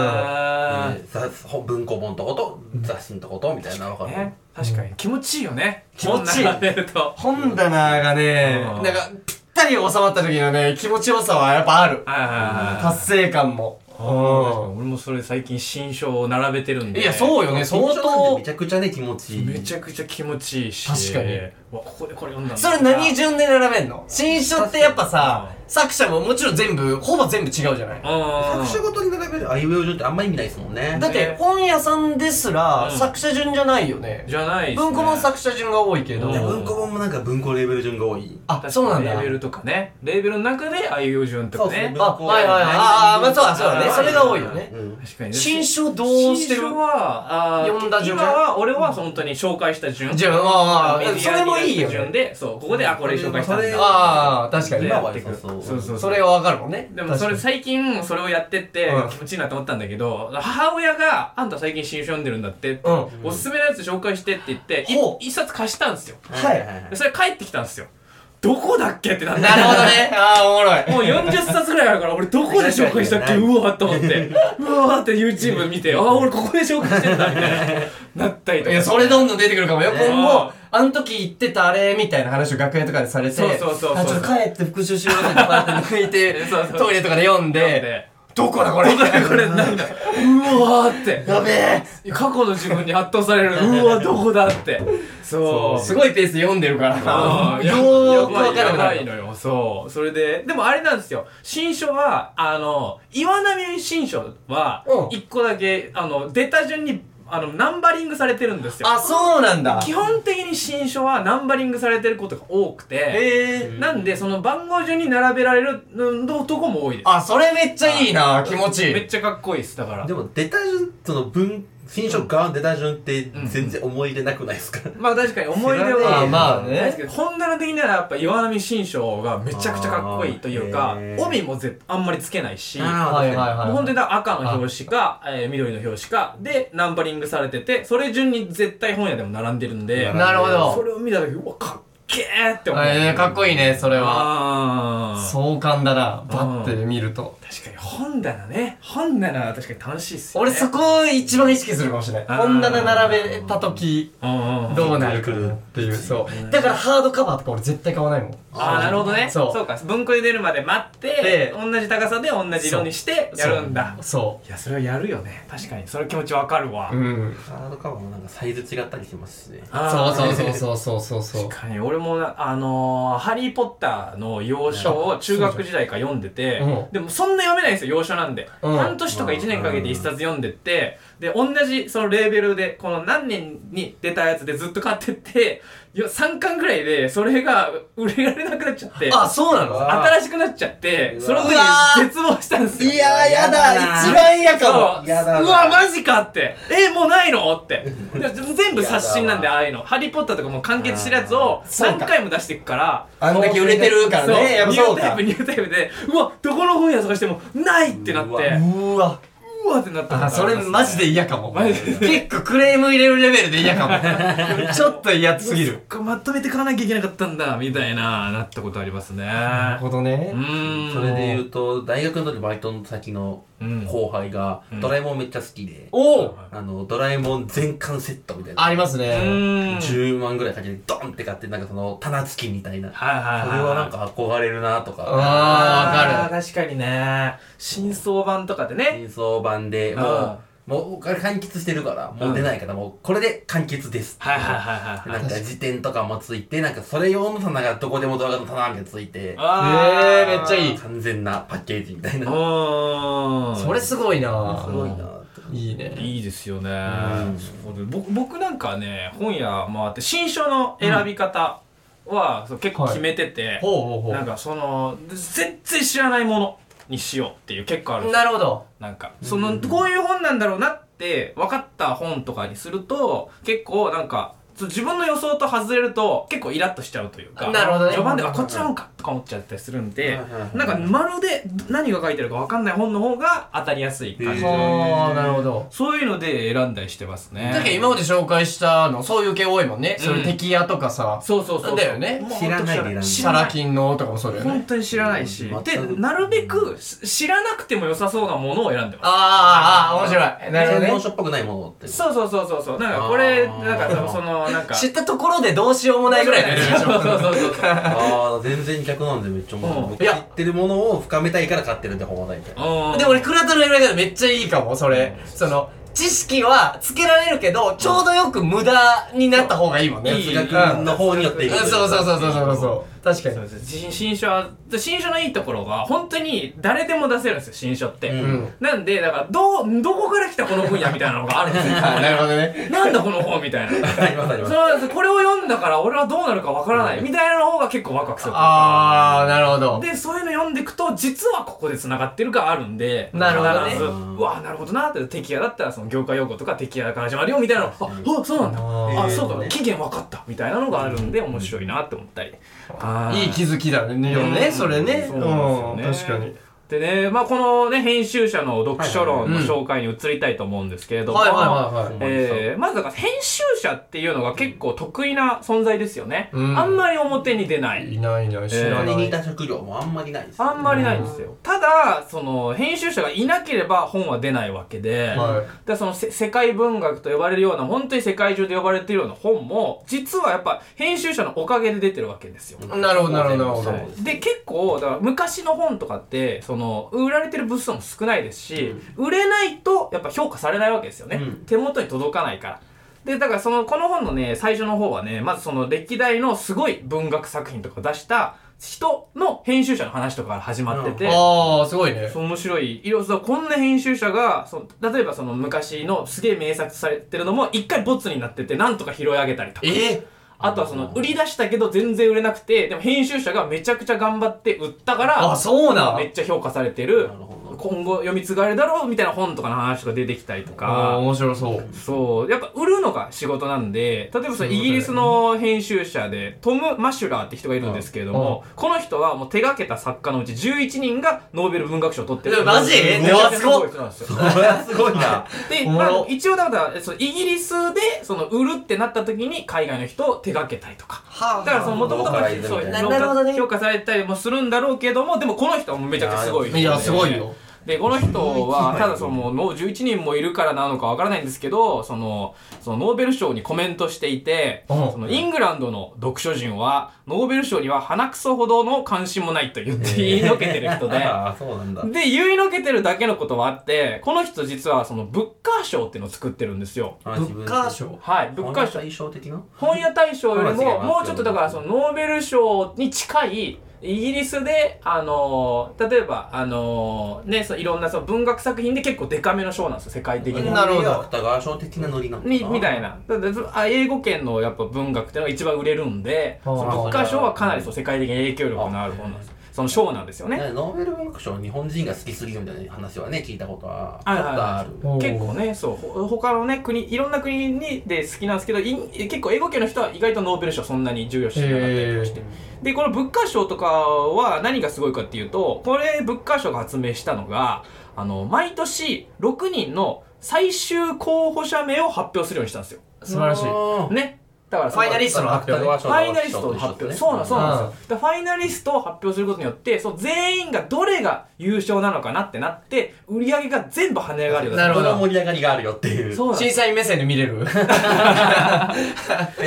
[SPEAKER 1] あ
[SPEAKER 3] えー雑本文庫本とこと雑誌のとことみたいなの
[SPEAKER 1] あ
[SPEAKER 3] が
[SPEAKER 1] ね確かに気持ちいいよね
[SPEAKER 2] 気持ちいい
[SPEAKER 1] こんなのやると
[SPEAKER 2] 本棚がね、
[SPEAKER 1] うん
[SPEAKER 2] なんか、ぴったり収まった時のね、気持ちよさはやっぱある。
[SPEAKER 1] はいはいはいはい
[SPEAKER 2] 達成感も。
[SPEAKER 1] あー
[SPEAKER 2] う
[SPEAKER 1] 俺もそれ最近新書を並べてるん
[SPEAKER 2] ん。
[SPEAKER 1] で
[SPEAKER 2] いや、そうよね、相
[SPEAKER 3] 相当
[SPEAKER 2] 当
[SPEAKER 3] め。ちゃくちゃね気持ちいい
[SPEAKER 1] めちゃくちゃ気持ちいいし
[SPEAKER 2] 確かに
[SPEAKER 1] うわここでこれ読んだんだ
[SPEAKER 2] それ何順で並べんの新書ってやっぱさ、作者ももちろん全部、ほぼ全部違うじゃない
[SPEAKER 1] うん
[SPEAKER 3] 作者ごとに並べるあいうえお順ってあんま意味ないですもんね
[SPEAKER 2] だって本屋さんですら
[SPEAKER 1] うん
[SPEAKER 2] 作者順じゃないよね、
[SPEAKER 1] じゃないっすね
[SPEAKER 2] 文庫本作者順が多いけど、
[SPEAKER 1] うん
[SPEAKER 3] いや文庫本もなんか文庫レベル順が多い
[SPEAKER 2] あそうなんだ
[SPEAKER 1] レーベルとかねレーベルの中であいうえお順とかね
[SPEAKER 2] あはいはいはいあーまあそうだそうだねそれが多いよね
[SPEAKER 3] うん
[SPEAKER 1] 確かに
[SPEAKER 2] 新書どうしてる
[SPEAKER 1] 新書はあー
[SPEAKER 2] 読んだ順
[SPEAKER 1] 今は俺は本当に紹介した順
[SPEAKER 2] じゃああ
[SPEAKER 1] メディア
[SPEAKER 2] あ
[SPEAKER 1] に
[SPEAKER 2] それもいいよ
[SPEAKER 1] 出した順
[SPEAKER 2] ね
[SPEAKER 1] でそうここであこれ紹介したんだ
[SPEAKER 3] それ
[SPEAKER 2] ああ確かに
[SPEAKER 1] でや
[SPEAKER 3] 今
[SPEAKER 1] っ
[SPEAKER 3] は
[SPEAKER 1] ていく
[SPEAKER 3] そうそ
[SPEAKER 1] そ
[SPEAKER 3] う
[SPEAKER 1] うそう
[SPEAKER 2] それはわかるもんね
[SPEAKER 1] でもそれ
[SPEAKER 2] 確
[SPEAKER 1] 最近それをやってって
[SPEAKER 2] うん
[SPEAKER 1] 気持ちいいなと思ったんだけど、母親が「あんた最近新書読んでるんだって」って、
[SPEAKER 2] か
[SPEAKER 1] おすすめのやつ紹介してって言ってい
[SPEAKER 2] ほう
[SPEAKER 1] 一冊貸したんですよ
[SPEAKER 2] はい
[SPEAKER 1] でそれ帰ってきたんですよどこだっけってなっ
[SPEAKER 2] に
[SPEAKER 1] て
[SPEAKER 2] なるほどね ああおもろい
[SPEAKER 1] もう40冊ぐらいあるから、俺どこで紹介したっけ
[SPEAKER 3] ないな
[SPEAKER 1] うわーっと思 って、うわーって YouTube 見て、あー俺ここで紹介してんだみたいな、なったりと
[SPEAKER 2] い
[SPEAKER 1] か。
[SPEAKER 2] やそれどんどん出てくるかもよ
[SPEAKER 3] ね
[SPEAKER 2] 今後あの時言ってたあれみたいな話を楽屋とかでされて、
[SPEAKER 1] そうそうそうそう
[SPEAKER 2] あちょっと帰って復習しようってバーって抜いて
[SPEAKER 1] そうそう
[SPEAKER 2] トイレとかで読んで、
[SPEAKER 1] で
[SPEAKER 2] どこだこれ
[SPEAKER 1] これこれなんだうわーって
[SPEAKER 2] やべえ
[SPEAKER 1] 過去の自分に圧倒されるうわどこだってそう
[SPEAKER 2] すごいペースで読んでるから。
[SPEAKER 1] あーや
[SPEAKER 2] よーく
[SPEAKER 1] やば
[SPEAKER 2] わ
[SPEAKER 1] い
[SPEAKER 2] から
[SPEAKER 1] や
[SPEAKER 2] な
[SPEAKER 1] ば
[SPEAKER 2] い
[SPEAKER 1] い。のよそうそれででもあれなんですよ新書はあの岩波新書は
[SPEAKER 2] うん
[SPEAKER 1] 一個だけあの出た順にあのナンバリングされてるんですよ
[SPEAKER 2] あ、そうなんだ。
[SPEAKER 1] 基本的に新書はナンバリングされてることが多くて
[SPEAKER 2] へえ。
[SPEAKER 1] なんでその番号順に並べられるうんとこも多いです
[SPEAKER 2] あ、それめっちゃいいな、気持ちい
[SPEAKER 1] めっ
[SPEAKER 2] い。
[SPEAKER 1] ちゃかっこいいですだから
[SPEAKER 3] でも出た順その文新書側の出た順って全然思い出なくないですか、
[SPEAKER 1] まあ確かに思い出
[SPEAKER 3] 知らねえ
[SPEAKER 1] は
[SPEAKER 3] よ
[SPEAKER 2] まあね
[SPEAKER 1] ないですけど本棚的にはやっぱ岩波新章がめちゃくちゃかっこいいという
[SPEAKER 3] あ
[SPEAKER 1] か
[SPEAKER 3] ーへー
[SPEAKER 1] 帯もぜあんまりつけないしも
[SPEAKER 3] あー
[SPEAKER 2] はいはいは
[SPEAKER 1] う
[SPEAKER 2] い。
[SPEAKER 1] 本当にだから赤の表紙か、えー緑の表紙かでナンバリングされててそれ順に絶対本屋でも並んでるんで
[SPEAKER 2] なるほ
[SPEAKER 1] そ
[SPEAKER 2] ど。
[SPEAKER 1] れを見た時うわかっけーって思う、
[SPEAKER 2] えー、かっこいいね、それは。
[SPEAKER 1] あー
[SPEAKER 2] 壮観だな、バッて見ると。
[SPEAKER 1] 確かに本棚ね本棚は確かに楽しいっすよ、ね、
[SPEAKER 2] 俺そこ一番意識するかもしれない。
[SPEAKER 1] あー
[SPEAKER 2] 本棚並べた時、
[SPEAKER 1] うんうん
[SPEAKER 2] どうなるかなっていう、そう。だからハードカバーとか俺絶対買わないもん。
[SPEAKER 1] ああなるほどね
[SPEAKER 2] そう
[SPEAKER 1] か文庫に出るまで待って
[SPEAKER 2] で
[SPEAKER 1] 同じ高さで同じ色にしてやるんだ
[SPEAKER 2] そ
[SPEAKER 1] いやそれはやるよね確かにその気持ちわかるわ、
[SPEAKER 2] う。うん。
[SPEAKER 3] カードカバーもなんかサイズ違ったりしますしね
[SPEAKER 1] あ
[SPEAKER 2] そ
[SPEAKER 1] ー
[SPEAKER 2] うそうそうそうそう そう。
[SPEAKER 1] 確かに俺もなあのーハリー・ポッター」の洋書を中学時代から読んでて、
[SPEAKER 2] うん
[SPEAKER 1] でもそんな読めないんですよ洋書なんで、
[SPEAKER 2] うん
[SPEAKER 1] 半年とか1年かけて1冊読んでって、で同じそのレーベルでこの何年に出たやつでずっと買ってって3巻ぐらいでそれが売れられなくなっちゃって
[SPEAKER 2] あ、そうなの
[SPEAKER 3] あー
[SPEAKER 1] 新しくなっちゃって
[SPEAKER 3] うわ
[SPEAKER 1] その時
[SPEAKER 2] うわー
[SPEAKER 1] 絶望したんですよ
[SPEAKER 2] ー
[SPEAKER 3] やだな
[SPEAKER 2] 嫌
[SPEAKER 1] そう
[SPEAKER 3] やだな
[SPEAKER 1] うわマジかってえもうないのって でも全部刷新なんで
[SPEAKER 3] やだ
[SPEAKER 1] ああいうの「ハリー・ポッター」とかもう完結してるやつを
[SPEAKER 2] そう
[SPEAKER 1] 何
[SPEAKER 2] か
[SPEAKER 1] 回も出していくから
[SPEAKER 2] あんだけ売れてるから
[SPEAKER 1] そう
[SPEAKER 2] ね。やっぱ
[SPEAKER 1] ニ
[SPEAKER 2] そ
[SPEAKER 1] ュ
[SPEAKER 2] う
[SPEAKER 1] ータイ
[SPEAKER 2] か
[SPEAKER 1] プ。ニュータイプでうわどこの本屋探してもないってなって
[SPEAKER 3] う
[SPEAKER 1] う
[SPEAKER 3] わ
[SPEAKER 1] わ
[SPEAKER 2] うーわ。
[SPEAKER 1] ってなったことあ
[SPEAKER 2] あ、それ
[SPEAKER 1] りますね
[SPEAKER 2] マジで嫌かも。
[SPEAKER 1] マジで
[SPEAKER 2] 結構クレーム入れるレベルで嫌かも。ちょっと嫌すぎる。
[SPEAKER 1] これまとめて買わなきゃいけなかったんだみたいななったことありますね
[SPEAKER 2] なるほど
[SPEAKER 1] う
[SPEAKER 2] ね。
[SPEAKER 1] ーん
[SPEAKER 3] それで言うと大学の時バイトの先の
[SPEAKER 1] うん
[SPEAKER 3] 後輩が
[SPEAKER 1] うん
[SPEAKER 3] ドラえもんめっちゃ好きで、
[SPEAKER 2] おお
[SPEAKER 3] あのドラえもん全巻セットみたいな
[SPEAKER 2] あります
[SPEAKER 1] う
[SPEAKER 2] ね。
[SPEAKER 1] ーん
[SPEAKER 3] 10万ぐらいかけてドンって買ってなんかその棚付きみたいなそ
[SPEAKER 1] はいはいはい
[SPEAKER 3] れはなんか憧れるなとか
[SPEAKER 2] あー、わ
[SPEAKER 1] あ
[SPEAKER 2] か
[SPEAKER 1] ー確かにね真相版とかでね
[SPEAKER 3] 演奏版で
[SPEAKER 1] う
[SPEAKER 3] も
[SPEAKER 1] ん
[SPEAKER 3] うもうこれ完結してるからもう出ないからもうこれで完結です
[SPEAKER 1] はいはいはいはいはい
[SPEAKER 3] なんか辞典とかもついてなんかそれ用の棚がどこでもドラえもんの棚みたいなのついて
[SPEAKER 1] あ
[SPEAKER 2] ねえめっちゃいい
[SPEAKER 3] 完全なパッケージみたいな
[SPEAKER 1] うーん
[SPEAKER 2] る。それすごいな
[SPEAKER 3] すごいなって
[SPEAKER 2] いいね。
[SPEAKER 1] いいですよね、
[SPEAKER 3] ん
[SPEAKER 1] そうで僕僕なんかね本屋回って新書の選び方は、そう結構決めてて、
[SPEAKER 2] ほうほうほ
[SPEAKER 1] なんかその全然知らないものにしようっていう結構あるん
[SPEAKER 2] う。
[SPEAKER 1] ですよ
[SPEAKER 2] なるほど。
[SPEAKER 1] なんかその、こういう本なんだろうなって分かった本とかにすると結構なんかそう自分の予想と外れると結構イラッとしちゃうというか
[SPEAKER 2] なるほどね
[SPEAKER 1] 序盤であこっちの本かとか思っちゃったりするんで
[SPEAKER 3] はいはいはい
[SPEAKER 1] なんかまるで何が書いてるか分かんない本の方が当たりやすい感じ
[SPEAKER 3] へー
[SPEAKER 2] ほう、なるほど。
[SPEAKER 1] そういうので選んだりしてますね
[SPEAKER 2] だけど今まで紹介したの、そういう系多いもんね。それ、敵屋とかさ、
[SPEAKER 1] そうそうそうそう
[SPEAKER 2] だよね
[SPEAKER 1] もう
[SPEAKER 3] 知らないで選んだ
[SPEAKER 1] 知
[SPEAKER 2] サ
[SPEAKER 1] ら
[SPEAKER 2] ラ
[SPEAKER 1] ない
[SPEAKER 2] キンのとかもそうだよ
[SPEAKER 1] 本
[SPEAKER 2] ね。
[SPEAKER 1] 当に知らないし
[SPEAKER 3] うん
[SPEAKER 1] で
[SPEAKER 3] 全く
[SPEAKER 1] なるべくし知らなくても良さそうなものを選んでます
[SPEAKER 2] あーあー、面白い。なるほど
[SPEAKER 3] 専門
[SPEAKER 2] ね。
[SPEAKER 3] 書っぽくないものって
[SPEAKER 1] そうそうそうそうそうなんかこれ
[SPEAKER 3] あー
[SPEAKER 1] なんかそのなんか
[SPEAKER 2] 知ったところでどうしようもないぐらいのレベルでしょ
[SPEAKER 1] そうそうそうそうそう
[SPEAKER 3] ああ、全然逆なんでめっちゃ面白い。
[SPEAKER 1] うん
[SPEAKER 3] 僕知ってるものを深めたいから買ってるんで本題みたいな。
[SPEAKER 1] うん
[SPEAKER 2] でも俺、クラトルのやり方めっちゃいいかも、それ。その、知識はつけられるけど、ちょうどよく無駄になった方がいいもんね。
[SPEAKER 1] いい
[SPEAKER 2] うん
[SPEAKER 3] 哲学の方によってい
[SPEAKER 2] うんそうそうそうそうそうそう。確か
[SPEAKER 1] そう
[SPEAKER 2] に。
[SPEAKER 1] です新新書は新書のいいところは本当に誰でも出せるんですよ新書って、
[SPEAKER 3] うん
[SPEAKER 2] うん。
[SPEAKER 1] なんでだからどうどこから来たこの分野みたいなのがあるんですよ
[SPEAKER 2] なるほどね。
[SPEAKER 1] なんだこの本みたいな
[SPEAKER 3] ありますあり
[SPEAKER 1] そ
[SPEAKER 3] ま
[SPEAKER 1] の
[SPEAKER 3] す。
[SPEAKER 1] これを読んだから俺はどうなるかわからないみたいなの方が結構ワクワクする
[SPEAKER 2] あー、なるほど。
[SPEAKER 1] でそういうの読んでいくと実はここで繋がってるがあるんで
[SPEAKER 2] なるほどね
[SPEAKER 1] 必ずうわなるほどなって敵屋だったらその業界用語とか敵屋から始まるよみたいなのああそうなんだあ、
[SPEAKER 3] えー
[SPEAKER 1] そう
[SPEAKER 3] と
[SPEAKER 1] か
[SPEAKER 3] ね
[SPEAKER 1] 期限分かったみたいなのがあるんで面白いなって思ったりあー
[SPEAKER 2] いい気づきだね。ね、
[SPEAKER 1] うん
[SPEAKER 2] それね。
[SPEAKER 1] そうなんですよね
[SPEAKER 2] うん確かに。
[SPEAKER 1] でね、まあ、このね、編集者の読書論の紹介に移りたいと思うんですけれども、
[SPEAKER 2] はいはいはいはい。
[SPEAKER 1] えーまずだから編集者っていうのが結構得意な存在ですよね、
[SPEAKER 2] うん
[SPEAKER 1] あんまり表に出ない
[SPEAKER 2] いないいない、知
[SPEAKER 3] 周
[SPEAKER 2] らな
[SPEAKER 3] りに
[SPEAKER 2] い
[SPEAKER 3] い。た職業もあんまりないです、
[SPEAKER 1] あんまりないんですよ、ただその編集者がいなければ本は出ないわけで、
[SPEAKER 2] は
[SPEAKER 1] でそのせ世界文学と呼ばれるような本当に世界中で呼ばれてるような本も実はやっぱ編集者のおかげで出てるわけですよ、
[SPEAKER 2] い。なるほど、なるほど、なる
[SPEAKER 3] そ
[SPEAKER 2] ほど
[SPEAKER 3] う。
[SPEAKER 1] はいで結構だから昔の本とかってその売られてる部数も少ないですし、売れないとやっぱ評価されないわけですよね、
[SPEAKER 3] うん
[SPEAKER 1] 手元に届かないからでだからそのこの本のね最初の方はねまずその歴代のすごい文学作品とかを出した人の編集者の話とかから始まってて、
[SPEAKER 2] ああ、すごいね。
[SPEAKER 1] そう面白い色々こんな編集者がその例えばその昔のすげえ名作とされてるのも一回ボツになっててなんとか拾い上げたりとか
[SPEAKER 2] え
[SPEAKER 1] あとはその売り出したけど全然売れなくてでも編集者がめちゃくちゃ頑張って売ったから
[SPEAKER 2] あそうなん
[SPEAKER 1] めっちゃ評価されてる
[SPEAKER 3] なるほど
[SPEAKER 1] 今後読み継がれるだろうみたいな本とかの話とか出てきたりと
[SPEAKER 2] あー
[SPEAKER 1] か
[SPEAKER 2] 面白そう。
[SPEAKER 1] そうやっぱ売るのが仕事なんで例えばその
[SPEAKER 2] そうだよね
[SPEAKER 1] イギリスの編集者でトム・マシュラーって人がいるんですけれどもこの人はもう手がけた作家のうち11人がノーベル文学賞を取って
[SPEAKER 2] え
[SPEAKER 1] る
[SPEAKER 2] マジ
[SPEAKER 1] めちゃくちゃすごい人なんですよ
[SPEAKER 3] これはすごいな
[SPEAKER 1] で、
[SPEAKER 2] おも
[SPEAKER 1] ま
[SPEAKER 2] ろ
[SPEAKER 1] あ、一応だからそのイギリスでその売るってなった時に海外の人を手掛けたりとか
[SPEAKER 2] は
[SPEAKER 1] だからそのもともと
[SPEAKER 3] ローカライズみたいな
[SPEAKER 2] なるほどね
[SPEAKER 1] 評価されたりもするんだろうけどもでもこの人はもうめちゃくちゃすごい人
[SPEAKER 2] い
[SPEAKER 1] で
[SPEAKER 2] や、すごいよ。
[SPEAKER 1] でこの人はただそのもう11人もいるからなのかわからないんですけどそのそのノーベル賞にコメントしていて
[SPEAKER 2] うん
[SPEAKER 1] そのイングランドの読書人はノーベル賞には鼻くそほどの関心もないと言って言いのけてる 人で。
[SPEAKER 3] ああそうなんだ
[SPEAKER 1] で、言いのけてるだけのことはあって、この人実はそのブッカー賞っていうのを作ってるんですよ。
[SPEAKER 3] あ
[SPEAKER 2] ブ
[SPEAKER 3] 自分
[SPEAKER 2] ッ
[SPEAKER 3] で
[SPEAKER 2] カー賞
[SPEAKER 1] はい、ブッカー賞。
[SPEAKER 3] 最小的な
[SPEAKER 1] 本屋大賞より
[SPEAKER 3] 話が違い
[SPEAKER 1] も、
[SPEAKER 3] ます
[SPEAKER 1] もうちょっとだからそのノーベル賞に近い、イギリスで、あのー例えば、あのーね、そのいろんなその文学作品で結構デカめの賞なんですよ、世界的に。
[SPEAKER 2] なるほど
[SPEAKER 3] 芥川賞的なノリなのか
[SPEAKER 1] にみたいな。だってあ英語圏のやっぱ文学っていうのが一番売れるんで、その文化賞はかなりそう世界的に影響力のある本なんです。その賞なんですよね。
[SPEAKER 3] ねノーベル文学賞日本人が好きすぎるみたいな話はね聞いたことは
[SPEAKER 1] はい
[SPEAKER 3] あ
[SPEAKER 1] は
[SPEAKER 3] っ
[SPEAKER 1] いはい
[SPEAKER 3] たある
[SPEAKER 2] おー
[SPEAKER 1] 結構ねそうほ他のね国いろんな国にで好きなんですけどい結構英語圏の人は意外とノーベル賞そんなに重要視しなかったりとかして、でこの物価賞とかは何がすごいかっていうとこれ物価賞が発明したのがあの毎年6人の最終候補者名を発表するようにしたんですよ
[SPEAKER 2] 素晴らしい。
[SPEAKER 3] フ
[SPEAKER 1] ねだから
[SPEAKER 2] ファイナリストの発表ね
[SPEAKER 1] ファイナリストの発表そうなんそうなんですよ、でファイナリストを発表することによってその全員がどれが優勝なのかなってなって売り上げが全部跳ね上がるようにな
[SPEAKER 2] なる
[SPEAKER 1] る
[SPEAKER 2] ほ
[SPEAKER 3] こ
[SPEAKER 2] ど
[SPEAKER 3] の盛り上がりがあるよっていう
[SPEAKER 1] そうなんです
[SPEAKER 2] 審査員目線で見れる
[SPEAKER 3] で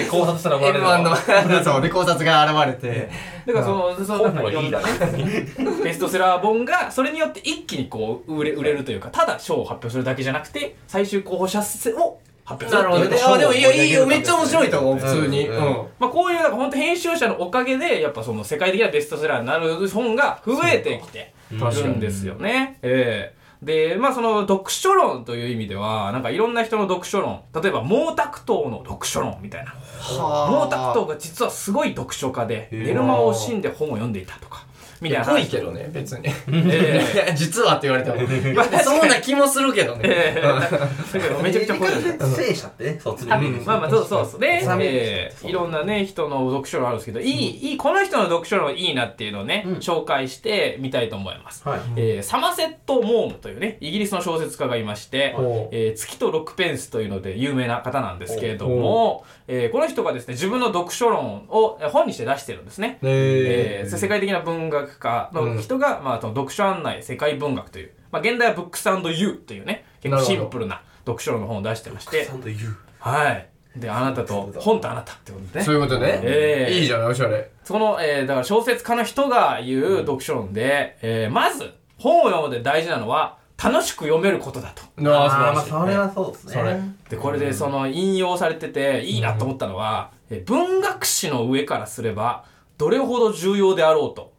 [SPEAKER 3] 考察したら終われる
[SPEAKER 2] ?M1 の、そう、で考察が現れて。
[SPEAKER 1] だからその、その、
[SPEAKER 3] 本
[SPEAKER 1] なんか
[SPEAKER 3] はい
[SPEAKER 1] ろ
[SPEAKER 3] い
[SPEAKER 1] ん
[SPEAKER 3] だ
[SPEAKER 1] な
[SPEAKER 3] ろ
[SPEAKER 1] ね、ベストセラー本が、それによって一気にこう、売れ、売れるというか、ただ賞を発表するだけじゃなくて、最終候補者数を発表する
[SPEAKER 2] なるほど
[SPEAKER 1] って
[SPEAKER 2] ね
[SPEAKER 1] いう。
[SPEAKER 2] あ、でもいいよ、いいよ、めっちゃ面白いと思う、普通に。
[SPEAKER 3] う
[SPEAKER 2] うんん。
[SPEAKER 1] まあこういう、なんか本当編集者のおかげで、やっぱその世界的なベストセラーになる本が増えてきてい
[SPEAKER 2] か
[SPEAKER 1] るんですよね。ええで、まあその読書論という意味では、なんかいろんな人の読書論、例えば毛沢東の読書論みたいな。毛沢東が実はすごい読書家で、
[SPEAKER 3] へえ
[SPEAKER 1] 寝る間を惜しんで本を読んでいたとか、みたいな
[SPEAKER 2] っ
[SPEAKER 1] 話。
[SPEAKER 2] ぽいけどね、別に。
[SPEAKER 1] ええ
[SPEAKER 2] 実はって言われても。
[SPEAKER 1] まあ確かに
[SPEAKER 2] そんな気もするけどね。
[SPEAKER 1] ええだけ どめちゃくちゃ濃いです
[SPEAKER 3] 聖者ってね卒
[SPEAKER 1] あ
[SPEAKER 3] 業
[SPEAKER 1] まあまあそうそうそうね
[SPEAKER 3] 収め
[SPEAKER 1] ええいろんなね人の読書論あるんですけどいい,、いいこの人の読書論いいなっていうのをね、
[SPEAKER 3] うん
[SPEAKER 1] 紹介してみたいと思います、
[SPEAKER 3] はい
[SPEAKER 1] ええサマセット・モームというねイギリスの小説家がいまして
[SPEAKER 2] ほ
[SPEAKER 1] 「
[SPEAKER 2] う
[SPEAKER 1] ええ月と6ペンス」というので有名な方なんですけれども、ええこの人がですね自分の読書論をえ本にして出してるんですねえ
[SPEAKER 2] え
[SPEAKER 1] ー世界的な文学家の人が、まあ、その読書案内世界文学という、まあ、現代はブックスユーというね結構シンプルな読書論の本を出してまして
[SPEAKER 3] サンドユー
[SPEAKER 1] はいであなたと本とあなたってことで
[SPEAKER 2] そう
[SPEAKER 1] ね
[SPEAKER 2] いうこと
[SPEAKER 1] え
[SPEAKER 2] ね。
[SPEAKER 1] え
[SPEAKER 2] いいじゃない、おしゃれ。
[SPEAKER 1] その、えーだから小説家の人が言う読書論で、えーまず本を読むで大事なのは楽しく読めることだと
[SPEAKER 2] なあ、素
[SPEAKER 3] あー
[SPEAKER 2] 晴
[SPEAKER 3] ま
[SPEAKER 2] ら
[SPEAKER 3] あ
[SPEAKER 2] しい。
[SPEAKER 3] それはそうですね
[SPEAKER 2] それ
[SPEAKER 1] でこれでその引用されてていいなと思ったのは、えー文学史の上からすればどれほど重要であろうと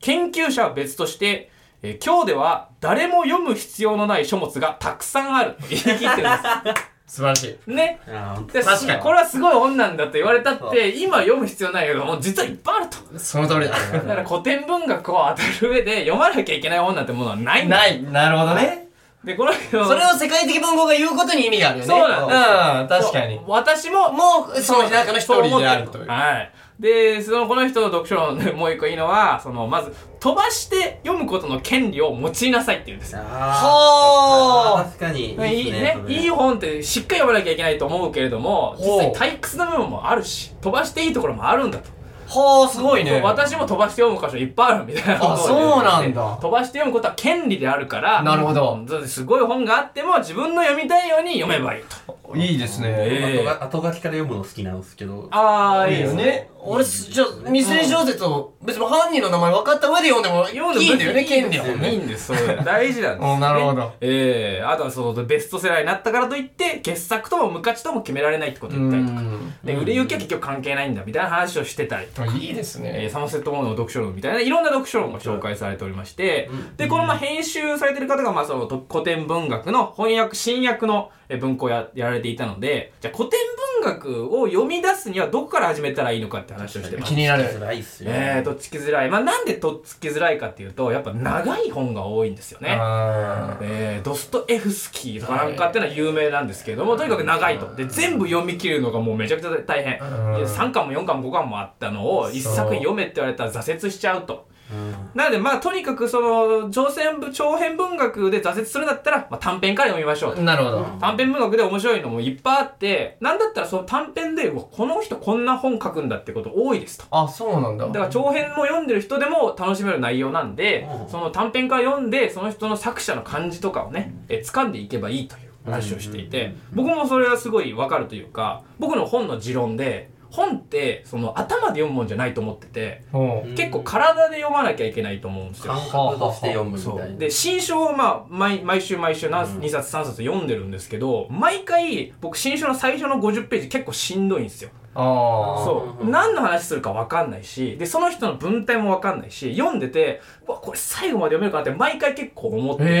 [SPEAKER 1] 研究者は別として、えー今日では誰も読む必要のない書物がたくさんある と言い切ってるんで
[SPEAKER 2] 素晴らしい。
[SPEAKER 1] すね
[SPEAKER 3] あー
[SPEAKER 1] で
[SPEAKER 2] 確かに
[SPEAKER 1] これはすごい本なんだと言われたって今読む必要ないけどもう実はいっぱいあると
[SPEAKER 2] その通りだ。
[SPEAKER 1] だから古典文学を当たる上で読まなきゃいけない本なんてものはないんだ
[SPEAKER 2] ない。なるほどね。
[SPEAKER 1] でこの人
[SPEAKER 2] それを世界的文豪が言うことに意味があるよね。
[SPEAKER 1] そうなん
[SPEAKER 2] うん、確かに。
[SPEAKER 1] 私も
[SPEAKER 2] もう、その中の一人であるという。
[SPEAKER 1] はい。で、その、この人の読書論のもう一個いいのは、その、まず、飛ばして読むことの権利を持ちなさいっていうんですよ。
[SPEAKER 3] あー
[SPEAKER 2] はー
[SPEAKER 3] 確かにいい
[SPEAKER 1] いい
[SPEAKER 3] っす
[SPEAKER 1] ね
[SPEAKER 3] ね、
[SPEAKER 1] いい本ってしっかり読まなきゃいけないと思うけれども、
[SPEAKER 2] ほう
[SPEAKER 1] 実際退屈な部分もあるし、飛ばしていいところもあるんだと。
[SPEAKER 2] はあ、すごいね。
[SPEAKER 1] 私も飛ばして読む箇所いっぱいあるみたいなことを
[SPEAKER 2] あそうなんだ
[SPEAKER 1] 言って飛ばして読むことは権利であるから
[SPEAKER 2] なるほど
[SPEAKER 1] うんすごい本があっても自分の読みたいように読めばいいと
[SPEAKER 2] いいですね。
[SPEAKER 1] ええ
[SPEAKER 3] 後が後書きから読むの好きなんですけど
[SPEAKER 1] ああい
[SPEAKER 2] い
[SPEAKER 1] い
[SPEAKER 2] い
[SPEAKER 1] で
[SPEAKER 2] よ
[SPEAKER 1] すね
[SPEAKER 2] ね。俺、じゃあ、未成小説を、別に犯人の名前分かった上で読んでも
[SPEAKER 1] 読
[SPEAKER 2] いいんだよね、
[SPEAKER 1] 別に
[SPEAKER 2] 権利は。
[SPEAKER 1] いいんですよいいんですそう大事なんです、
[SPEAKER 2] うんなるほど
[SPEAKER 1] ええあとはそのベストセラーになったからといって傑作とも無価値とも決められないってこと言ったりとかで売れ行きは結局関係ないんだみたいな話をしてたりとか
[SPEAKER 2] いいです
[SPEAKER 1] え
[SPEAKER 2] ね。
[SPEAKER 1] ーサマーセットモードの読書論みたいないろんな読書論が紹介されておりまして、でこのまあ編集されてる方がまあそのと古典文学の翻訳新訳のえー文庫をややられていたのでじゃあ古典文学を読み出すにはどこから始めたらいいのかって話をしてます
[SPEAKER 2] 気。になる。
[SPEAKER 3] 辛いっすよ
[SPEAKER 1] えー、とっつきづらい、まあ、なんでとっつきづらいかっていうとやっぱ長い本が多いんですよね。
[SPEAKER 2] あ
[SPEAKER 1] えー、ドストエフスキーとかなんかってのは有名なんですけれども、とにかく長いとで全部読み切るのがもうめちゃくちゃ大変、
[SPEAKER 2] うん
[SPEAKER 1] いや3巻も4巻も5巻もあったのを1作品読めって言われたら挫折しちゃうと。なのでまあとにかくその長編部長編文学で挫折するんだったら、まあ、短編から読みましょうと
[SPEAKER 2] ー。なるほど。
[SPEAKER 1] 短編文学で面白いのもいっぱいあってなんだったらその短編でうわこの人こんな本書くんだってこと多いですと。
[SPEAKER 2] あ、そうなんだ。
[SPEAKER 1] だから長編を読んでる人でも楽しめる内容なんで、
[SPEAKER 3] うん
[SPEAKER 1] その短編から読んでその人の作者の感じとかをね、え掴んでいけばいいという話をしていて、僕もそれはすごいわかるというか僕の本の持論で本ってその頭で読むもんじゃないと思ってて、
[SPEAKER 2] ほう
[SPEAKER 3] うん
[SPEAKER 1] 結構体で読まなきゃいけないと思うんですよ。
[SPEAKER 3] 感覚として読むみ
[SPEAKER 1] そ
[SPEAKER 3] たいうな
[SPEAKER 1] で新書を、まあ、毎毎週毎週何、
[SPEAKER 3] うん
[SPEAKER 1] 2冊3冊読んでるんですけど毎回僕新書の最初の50ページ結構しんどいんですよ。
[SPEAKER 2] ああ。
[SPEAKER 1] そう、
[SPEAKER 3] うん
[SPEAKER 1] 何の話するか分かんないしでその人の文体も分かんないし読んでてうわこれ最後まで読めるかなって毎回結構思ってて
[SPEAKER 2] へ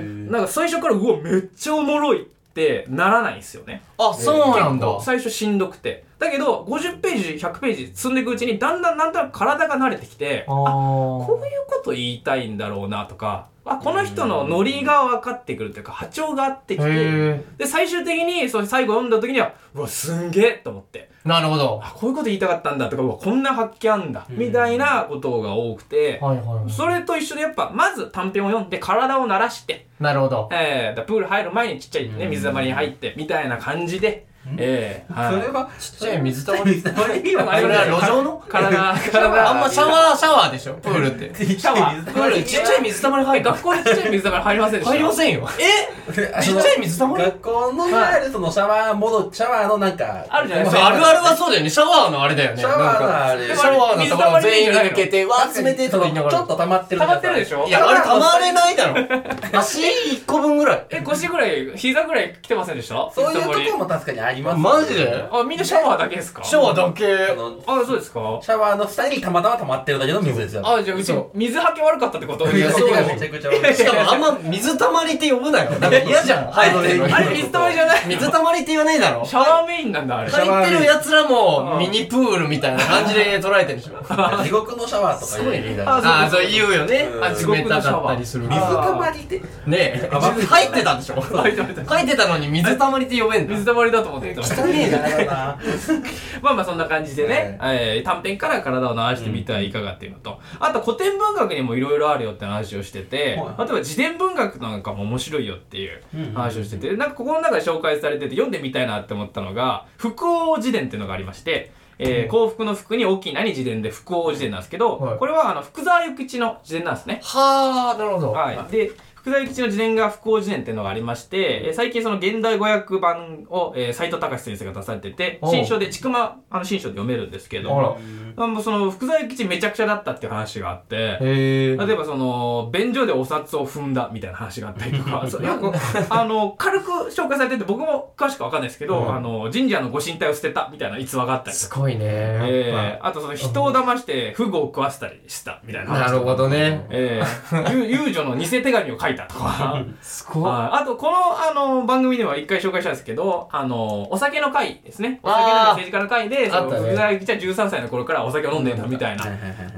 [SPEAKER 2] え。
[SPEAKER 1] なんか最初からうわめっちゃおもろいってならないんですよね
[SPEAKER 2] あ、そうなんだ。
[SPEAKER 1] 最初しんどくてだけど50ページ100ページ積んでいくうちにだんだんなんとなく体が慣れてきて
[SPEAKER 2] あー
[SPEAKER 1] こういうこと言いたいんだろうなとかあこの人のノリが分かってくるというか波長が合ってきて
[SPEAKER 2] へ
[SPEAKER 1] で最終的にその最後読んだ時にはうわすんげえと思って
[SPEAKER 2] え。なるほど。
[SPEAKER 1] あこういうこと言いたかったんだとかうわこんな発見あんだ
[SPEAKER 3] うん
[SPEAKER 1] みたいなことが多くて、
[SPEAKER 2] はいは
[SPEAKER 1] それと一緒でやっぱまず短編を読んで体を慣らして、
[SPEAKER 2] い。なるほど。
[SPEAKER 1] えー、だプール入る前にちっちゃい、ね、
[SPEAKER 3] うん
[SPEAKER 1] 水たまりに入ってみたいな感じで、えー
[SPEAKER 3] そ
[SPEAKER 1] は
[SPEAKER 3] れ
[SPEAKER 1] い、
[SPEAKER 3] は
[SPEAKER 2] ちっちゃい水たまり。
[SPEAKER 3] 水溜りには
[SPEAKER 2] あれは路上の
[SPEAKER 1] 体
[SPEAKER 2] あん
[SPEAKER 1] 体
[SPEAKER 2] まシャワー、シャワーでしょプールって。
[SPEAKER 3] ちっちゃい水
[SPEAKER 2] プ
[SPEAKER 3] 溜
[SPEAKER 2] ー
[SPEAKER 3] り
[SPEAKER 2] ル、ちっちゃい水たまり入
[SPEAKER 1] え
[SPEAKER 2] るの
[SPEAKER 1] 学校にちっちゃい水たまり入りませんでした
[SPEAKER 2] 入りませんよ。えちっちゃい水溜り
[SPEAKER 3] 学校のいわゆるそのシャワー戻シャワーのなんか
[SPEAKER 1] あるじゃないです
[SPEAKER 2] そう
[SPEAKER 1] か
[SPEAKER 2] あるあるはそうだよね。シャワーのあれだよね。
[SPEAKER 3] シャワーのあれ
[SPEAKER 2] なんかシャワーのところ全員が抜けて、わー、冷てえと
[SPEAKER 3] そ
[SPEAKER 2] か
[SPEAKER 3] の
[SPEAKER 2] 言いなが
[SPEAKER 3] ちょっ
[SPEAKER 2] ら。
[SPEAKER 3] と溜まってる
[SPEAKER 1] 溜まってるでしょ
[SPEAKER 2] いや、あれたまれないだろ。足1個分ぐらい。
[SPEAKER 1] え腰ぐらい膝ぐらい来てませんでした
[SPEAKER 3] そういうと
[SPEAKER 1] 水た
[SPEAKER 3] こ
[SPEAKER 1] ま
[SPEAKER 3] も確かにあります
[SPEAKER 2] マジで
[SPEAKER 1] りあみんなシャワーだけですか
[SPEAKER 2] シャワーだけ
[SPEAKER 3] あ。の
[SPEAKER 1] あそうですか
[SPEAKER 3] シャワーの下にたまたま溜まってるだけの水ですよ
[SPEAKER 1] あじゃあうち
[SPEAKER 2] そ
[SPEAKER 1] 水はけ悪かったってこと
[SPEAKER 3] いや
[SPEAKER 2] そう
[SPEAKER 3] がめちゃくちゃ多い
[SPEAKER 2] しかもあんま水たまりって呼ぶなよ。なんか嫌じゃん。入ってるの
[SPEAKER 1] あれ水たまりじゃない
[SPEAKER 2] 水たまりって言わねえだろ。
[SPEAKER 1] シャワーメインなんだあ れ
[SPEAKER 3] シャ
[SPEAKER 2] 入
[SPEAKER 3] ワー
[SPEAKER 2] ってる奴ら
[SPEAKER 1] うん
[SPEAKER 2] もミニプールみたいな感じで捉えてるでしょ。
[SPEAKER 3] 地獄のシャワーとか言うみたい
[SPEAKER 1] あ
[SPEAKER 3] な
[SPEAKER 2] ああ、そう言うよね。
[SPEAKER 3] うん
[SPEAKER 2] 地獄のシャワー冷たかったりする
[SPEAKER 3] 水溜まりで
[SPEAKER 2] ねえ、
[SPEAKER 3] あまず
[SPEAKER 2] 入ってたんでしょ
[SPEAKER 1] 入ってました
[SPEAKER 2] 入ってたのに水たまりって呼べんだ。
[SPEAKER 1] 水たまりだと思って た
[SPEAKER 2] 汚ねえじゃん。
[SPEAKER 3] だな
[SPEAKER 1] まあまあそんな感じでね、えー短編から体を流してみてはいかがっていうのと、あと古典文学にもいろいろあるよって話をしてて、
[SPEAKER 3] はい
[SPEAKER 1] 例えば自伝文学なんかも面白いよっていう
[SPEAKER 3] うん
[SPEAKER 1] 話をしてて、なんかここの中で紹介されてて読んでみたいなって思ったのが、福王自伝っていうのがありまして、えー幸福の福に大きいなに自伝で福王自伝なんですけど、
[SPEAKER 2] はい
[SPEAKER 1] これはあの福沢諭吉の自伝なんですね。
[SPEAKER 2] はあ、なるほど。
[SPEAKER 1] はい、で福沢諭吉の自伝が不幸辞典っていうのがありまして、えー最近その現代語訳版を、えー、斉藤隆先生が出されてて
[SPEAKER 2] おう
[SPEAKER 1] 新書でちくまあの新書で読めるんですけれど
[SPEAKER 2] あ
[SPEAKER 1] も
[SPEAKER 2] ら。
[SPEAKER 1] あもうその福沢諭吉めちゃくちゃだったっていう話があって
[SPEAKER 2] へえ。
[SPEAKER 1] 例えばその便所でお札を踏んだみたいな話があったりとか そうよくあの軽く紹介されてて僕も詳しくわかんないですけど、
[SPEAKER 2] うん
[SPEAKER 1] あの神社のご神体を捨てたみたいな逸話があったりと
[SPEAKER 2] す
[SPEAKER 1] か。
[SPEAKER 2] ごいね。
[SPEAKER 1] えーあとその人を騙してフグを食わせたりしたみたいな話と
[SPEAKER 2] な
[SPEAKER 1] か
[SPEAKER 2] るほどね。
[SPEAKER 1] えー、ゆ遊女の偽手紙を書いたとか。
[SPEAKER 2] すごい。
[SPEAKER 1] はいあと、この、あの、番組では一回紹介したんですけど、あの、お酒の会ですね。お酒の
[SPEAKER 2] あー
[SPEAKER 1] 政治家の会で、そ
[SPEAKER 2] あ
[SPEAKER 1] の
[SPEAKER 2] ったね
[SPEAKER 1] 福沢諭吉は13歳の頃からお酒を飲んでたみたいな。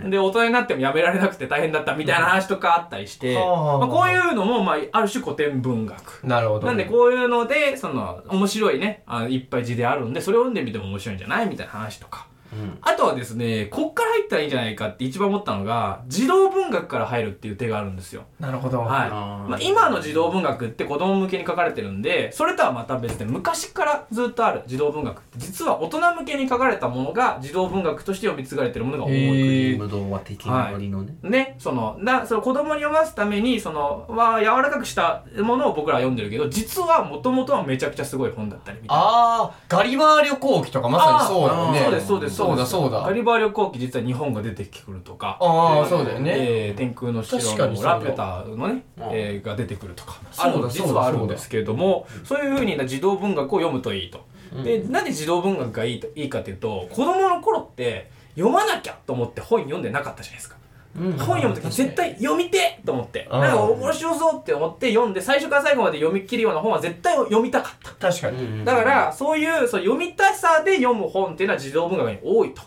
[SPEAKER 1] で、大人になってもやめられなくて大変だったみたいな話とかあったりして、
[SPEAKER 2] はあはあ
[SPEAKER 1] まあ、こういうのも、まあ、ある種古典文学。
[SPEAKER 2] なるほど。
[SPEAKER 1] なんで、こういうので、その、面白いね、あのいっぱい字であるんで、それを読んでみても面白いんじゃないみたいな話とか。
[SPEAKER 3] うん
[SPEAKER 1] あとはですね、こっから入ったらいいんじゃないかって一番思ったのが、児童文学から入るっていう手があるんですよ。
[SPEAKER 2] なるほど。
[SPEAKER 1] はい。
[SPEAKER 3] あー
[SPEAKER 1] まあ、今の児童文学って子供向けに書かれてるんで、それとはまた別で昔からずっとある児童文学って、実は大人向けに書かれたものが児童文学として読み継がれてるものが多い。
[SPEAKER 2] へえ。
[SPEAKER 3] 無童話的なノリのね、
[SPEAKER 1] ね、その、な、その子供に読ますために、その、は柔らかくしたものを僕らは読んでるけど、実はもともとはめちゃくちゃすごい本だったりみたいな。
[SPEAKER 2] あー、ガリバー旅行記とかまさにそうだよね。
[SPEAKER 1] そうです、そうです、
[SPEAKER 2] そうだ、そうだ。
[SPEAKER 1] ガリバー旅行記実は日本が出てくるとか。
[SPEAKER 2] あ
[SPEAKER 1] え
[SPEAKER 2] あ、
[SPEAKER 1] ー
[SPEAKER 2] そうだよね。
[SPEAKER 1] えー天空の
[SPEAKER 2] 確
[SPEAKER 1] 城
[SPEAKER 2] かに
[SPEAKER 1] の
[SPEAKER 2] そうだ
[SPEAKER 1] ラピュタのね、えーが出てくるとか
[SPEAKER 2] そう
[SPEAKER 1] ある
[SPEAKER 2] だそうだ
[SPEAKER 1] 実はあるんですけれどもそういうふうにな児童文学を読むといいと、でなんで児童文学がいいといいかというと子供の頃って読まなきゃと思って本読んでなかったじゃないですか
[SPEAKER 3] うん
[SPEAKER 1] 本読む時絶対読みてえと思って
[SPEAKER 2] うん
[SPEAKER 1] なんか面白そうって思って読んで最初から最後まで読み切るような本は絶対読みたかった
[SPEAKER 2] 確かに。
[SPEAKER 3] うん
[SPEAKER 1] だから、そういう、そう読みたさで読む本っていうのは児童文学に多いと。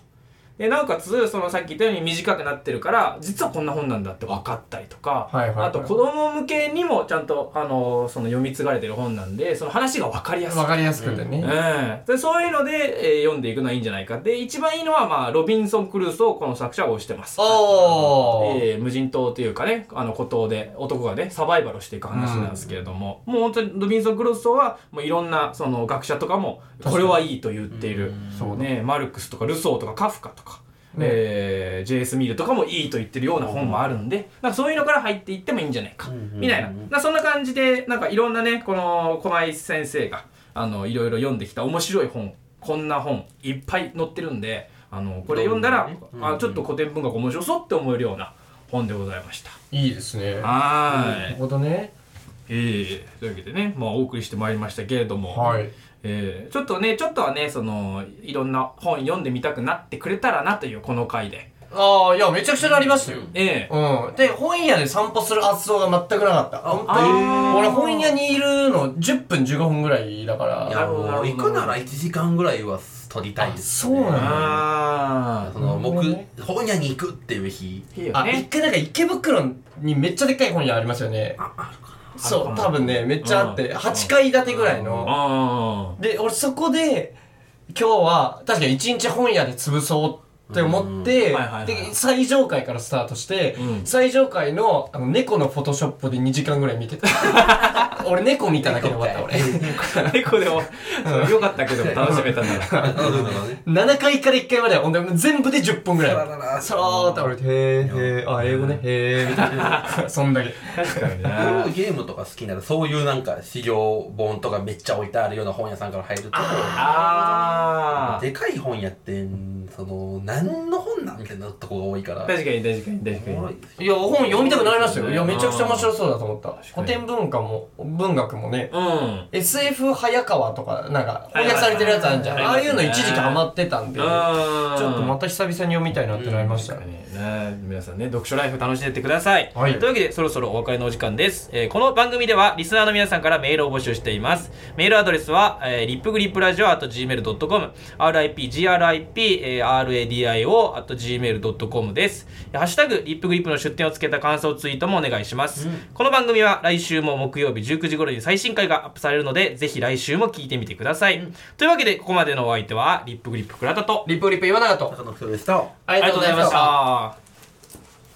[SPEAKER 1] で、なおかつ、そのさっき言ったように短くなってるから、実はこんな本なんだって分かったりとか、
[SPEAKER 2] はいはいはい
[SPEAKER 1] あと子供向けにもちゃんと、あの、その読み継がれてる本なんで、その話が分かりやすい
[SPEAKER 2] わ。かりやすくてね。
[SPEAKER 1] うん、でそういうので、えー読んでいくのはいいんじゃないか。で、一番いいのは、まあ、ロビンソン・クルーソーをこの作者は推してます。
[SPEAKER 2] おー。
[SPEAKER 1] えー無人島というかね、あの孤島で男がね、サバイバルをしていく話なんですけれども、もう本当にロビンソン・クローソーは、もういろんなその学者とかも、
[SPEAKER 2] かに
[SPEAKER 1] これはいいと言っている、
[SPEAKER 2] そうだ。
[SPEAKER 1] ね、マルクスとかルソーとかカフカとか、
[SPEAKER 2] ね
[SPEAKER 1] えー、J.S. ミールとかもいいと言ってるような本もあるんで、なんかそういうのから入っていってもいいんじゃないか、
[SPEAKER 3] うんうんうん
[SPEAKER 1] みたいな。なんかそんな感じで、なんかいろんなね、この駒井先生が、あの、いろいろ読んできた面白い本、こんな本、いっぱい載ってるんで、あの、これ読んだら、
[SPEAKER 3] どんどんねうんう
[SPEAKER 1] あ
[SPEAKER 3] ん
[SPEAKER 1] ちょっと古典文学面白そうって思えるような本でございました。
[SPEAKER 2] いいですね。な
[SPEAKER 1] はー
[SPEAKER 2] る
[SPEAKER 1] い。
[SPEAKER 2] ほどね。
[SPEAKER 1] ええというわけでね、まあお送りしてまいりましたけれども、
[SPEAKER 2] はい。
[SPEAKER 1] えーちょっとね、ちょっとはね、その、いろんな本読んでみたくなってくれたらなという、この回で。
[SPEAKER 2] ああ、いや、めちゃくちゃなりましたよ。
[SPEAKER 1] ええ
[SPEAKER 2] うん。で、本屋で散歩する発想が全くなかった。本当
[SPEAKER 1] あー
[SPEAKER 2] に。俺、本屋にいるの10分15分ぐらいだか
[SPEAKER 3] い
[SPEAKER 1] な
[SPEAKER 3] や
[SPEAKER 1] る
[SPEAKER 2] ら。
[SPEAKER 1] ほどなるほど
[SPEAKER 3] もう行くなら1時間ぐらいは取りたいです、
[SPEAKER 2] あそうなんだ
[SPEAKER 1] あ
[SPEAKER 3] その
[SPEAKER 2] なるほど
[SPEAKER 3] 僕
[SPEAKER 2] ね
[SPEAKER 3] 本屋に行くっていう日
[SPEAKER 1] ーいいよ
[SPEAKER 2] あ、一
[SPEAKER 1] ね。
[SPEAKER 2] 回なんか池袋にめっちゃでっかい本屋ありますよね。
[SPEAKER 3] ああるか
[SPEAKER 1] あ
[SPEAKER 2] そう、
[SPEAKER 1] るかも
[SPEAKER 2] 多分ね、めっちゃあって、
[SPEAKER 1] うん
[SPEAKER 2] 8階建てぐらいの。
[SPEAKER 1] あ
[SPEAKER 2] で俺そこで今日は確かに一日本屋で潰そうって思っ
[SPEAKER 1] う
[SPEAKER 2] て、
[SPEAKER 1] んはいはいはい
[SPEAKER 2] で最上階からスタートして、
[SPEAKER 1] うん
[SPEAKER 2] 最上階のあの猫のフォトショップで2時間ぐらい見てた 俺猫見ただけで終わった俺
[SPEAKER 1] あ。 結構でも、そうよかったけど、楽しめたんだなら。
[SPEAKER 3] ななるほどね
[SPEAKER 2] 7階から1階まではほんで全部で10分ぐらい
[SPEAKER 3] そららら
[SPEAKER 2] そらーって俺へーへーあ英語ねへーみたい なそんだけ
[SPEAKER 1] 確かに
[SPEAKER 3] 僕
[SPEAKER 1] な
[SPEAKER 3] も。ゲームとか好きならそういうなんか資料本とかめっちゃ置いてあるような本屋さんから入ると
[SPEAKER 1] あー。
[SPEAKER 3] でかい本屋ってその何の本なんみたいなとこが多いから
[SPEAKER 1] 確かに確かに確かに。
[SPEAKER 2] いや本読みたくなりましたよいやめちゃくちゃ面白
[SPEAKER 3] い
[SPEAKER 2] そうだと思った
[SPEAKER 1] かに
[SPEAKER 2] 古典文化も文学もね、
[SPEAKER 1] うん。
[SPEAKER 2] SF 早川とか、なんか、翻訳されてるやつあるじゃん。
[SPEAKER 1] はい
[SPEAKER 2] あ
[SPEAKER 1] はい
[SPEAKER 2] あ
[SPEAKER 1] はい
[SPEAKER 2] いうの一時期ハマってたんで、ちょ
[SPEAKER 1] あー
[SPEAKER 2] っとまた久々に読みたいなってなりましたね。
[SPEAKER 1] ねね皆さんね読書ライフ楽しんでってください、
[SPEAKER 2] はい
[SPEAKER 1] というわけでそろそろお別れのお時間です、えーこの番組ではリスナーの皆さんからメールを募集していますメールアドレスは、えー、リップグリップラジオ at gmail.com ripgripradio at gmail.com ですハッシュタグリップグリップの出店をつけた感想ツイートもお願いします、この番組は来週も木曜日19時頃に最新回がアップされるのでぜひ来週も聞いてみてください、というわけでここまでのお相手はリップグリップ倉田と
[SPEAKER 2] リプリプ言わなかった。
[SPEAKER 3] 中野人でした
[SPEAKER 2] ありがとうございました。
[SPEAKER 1] た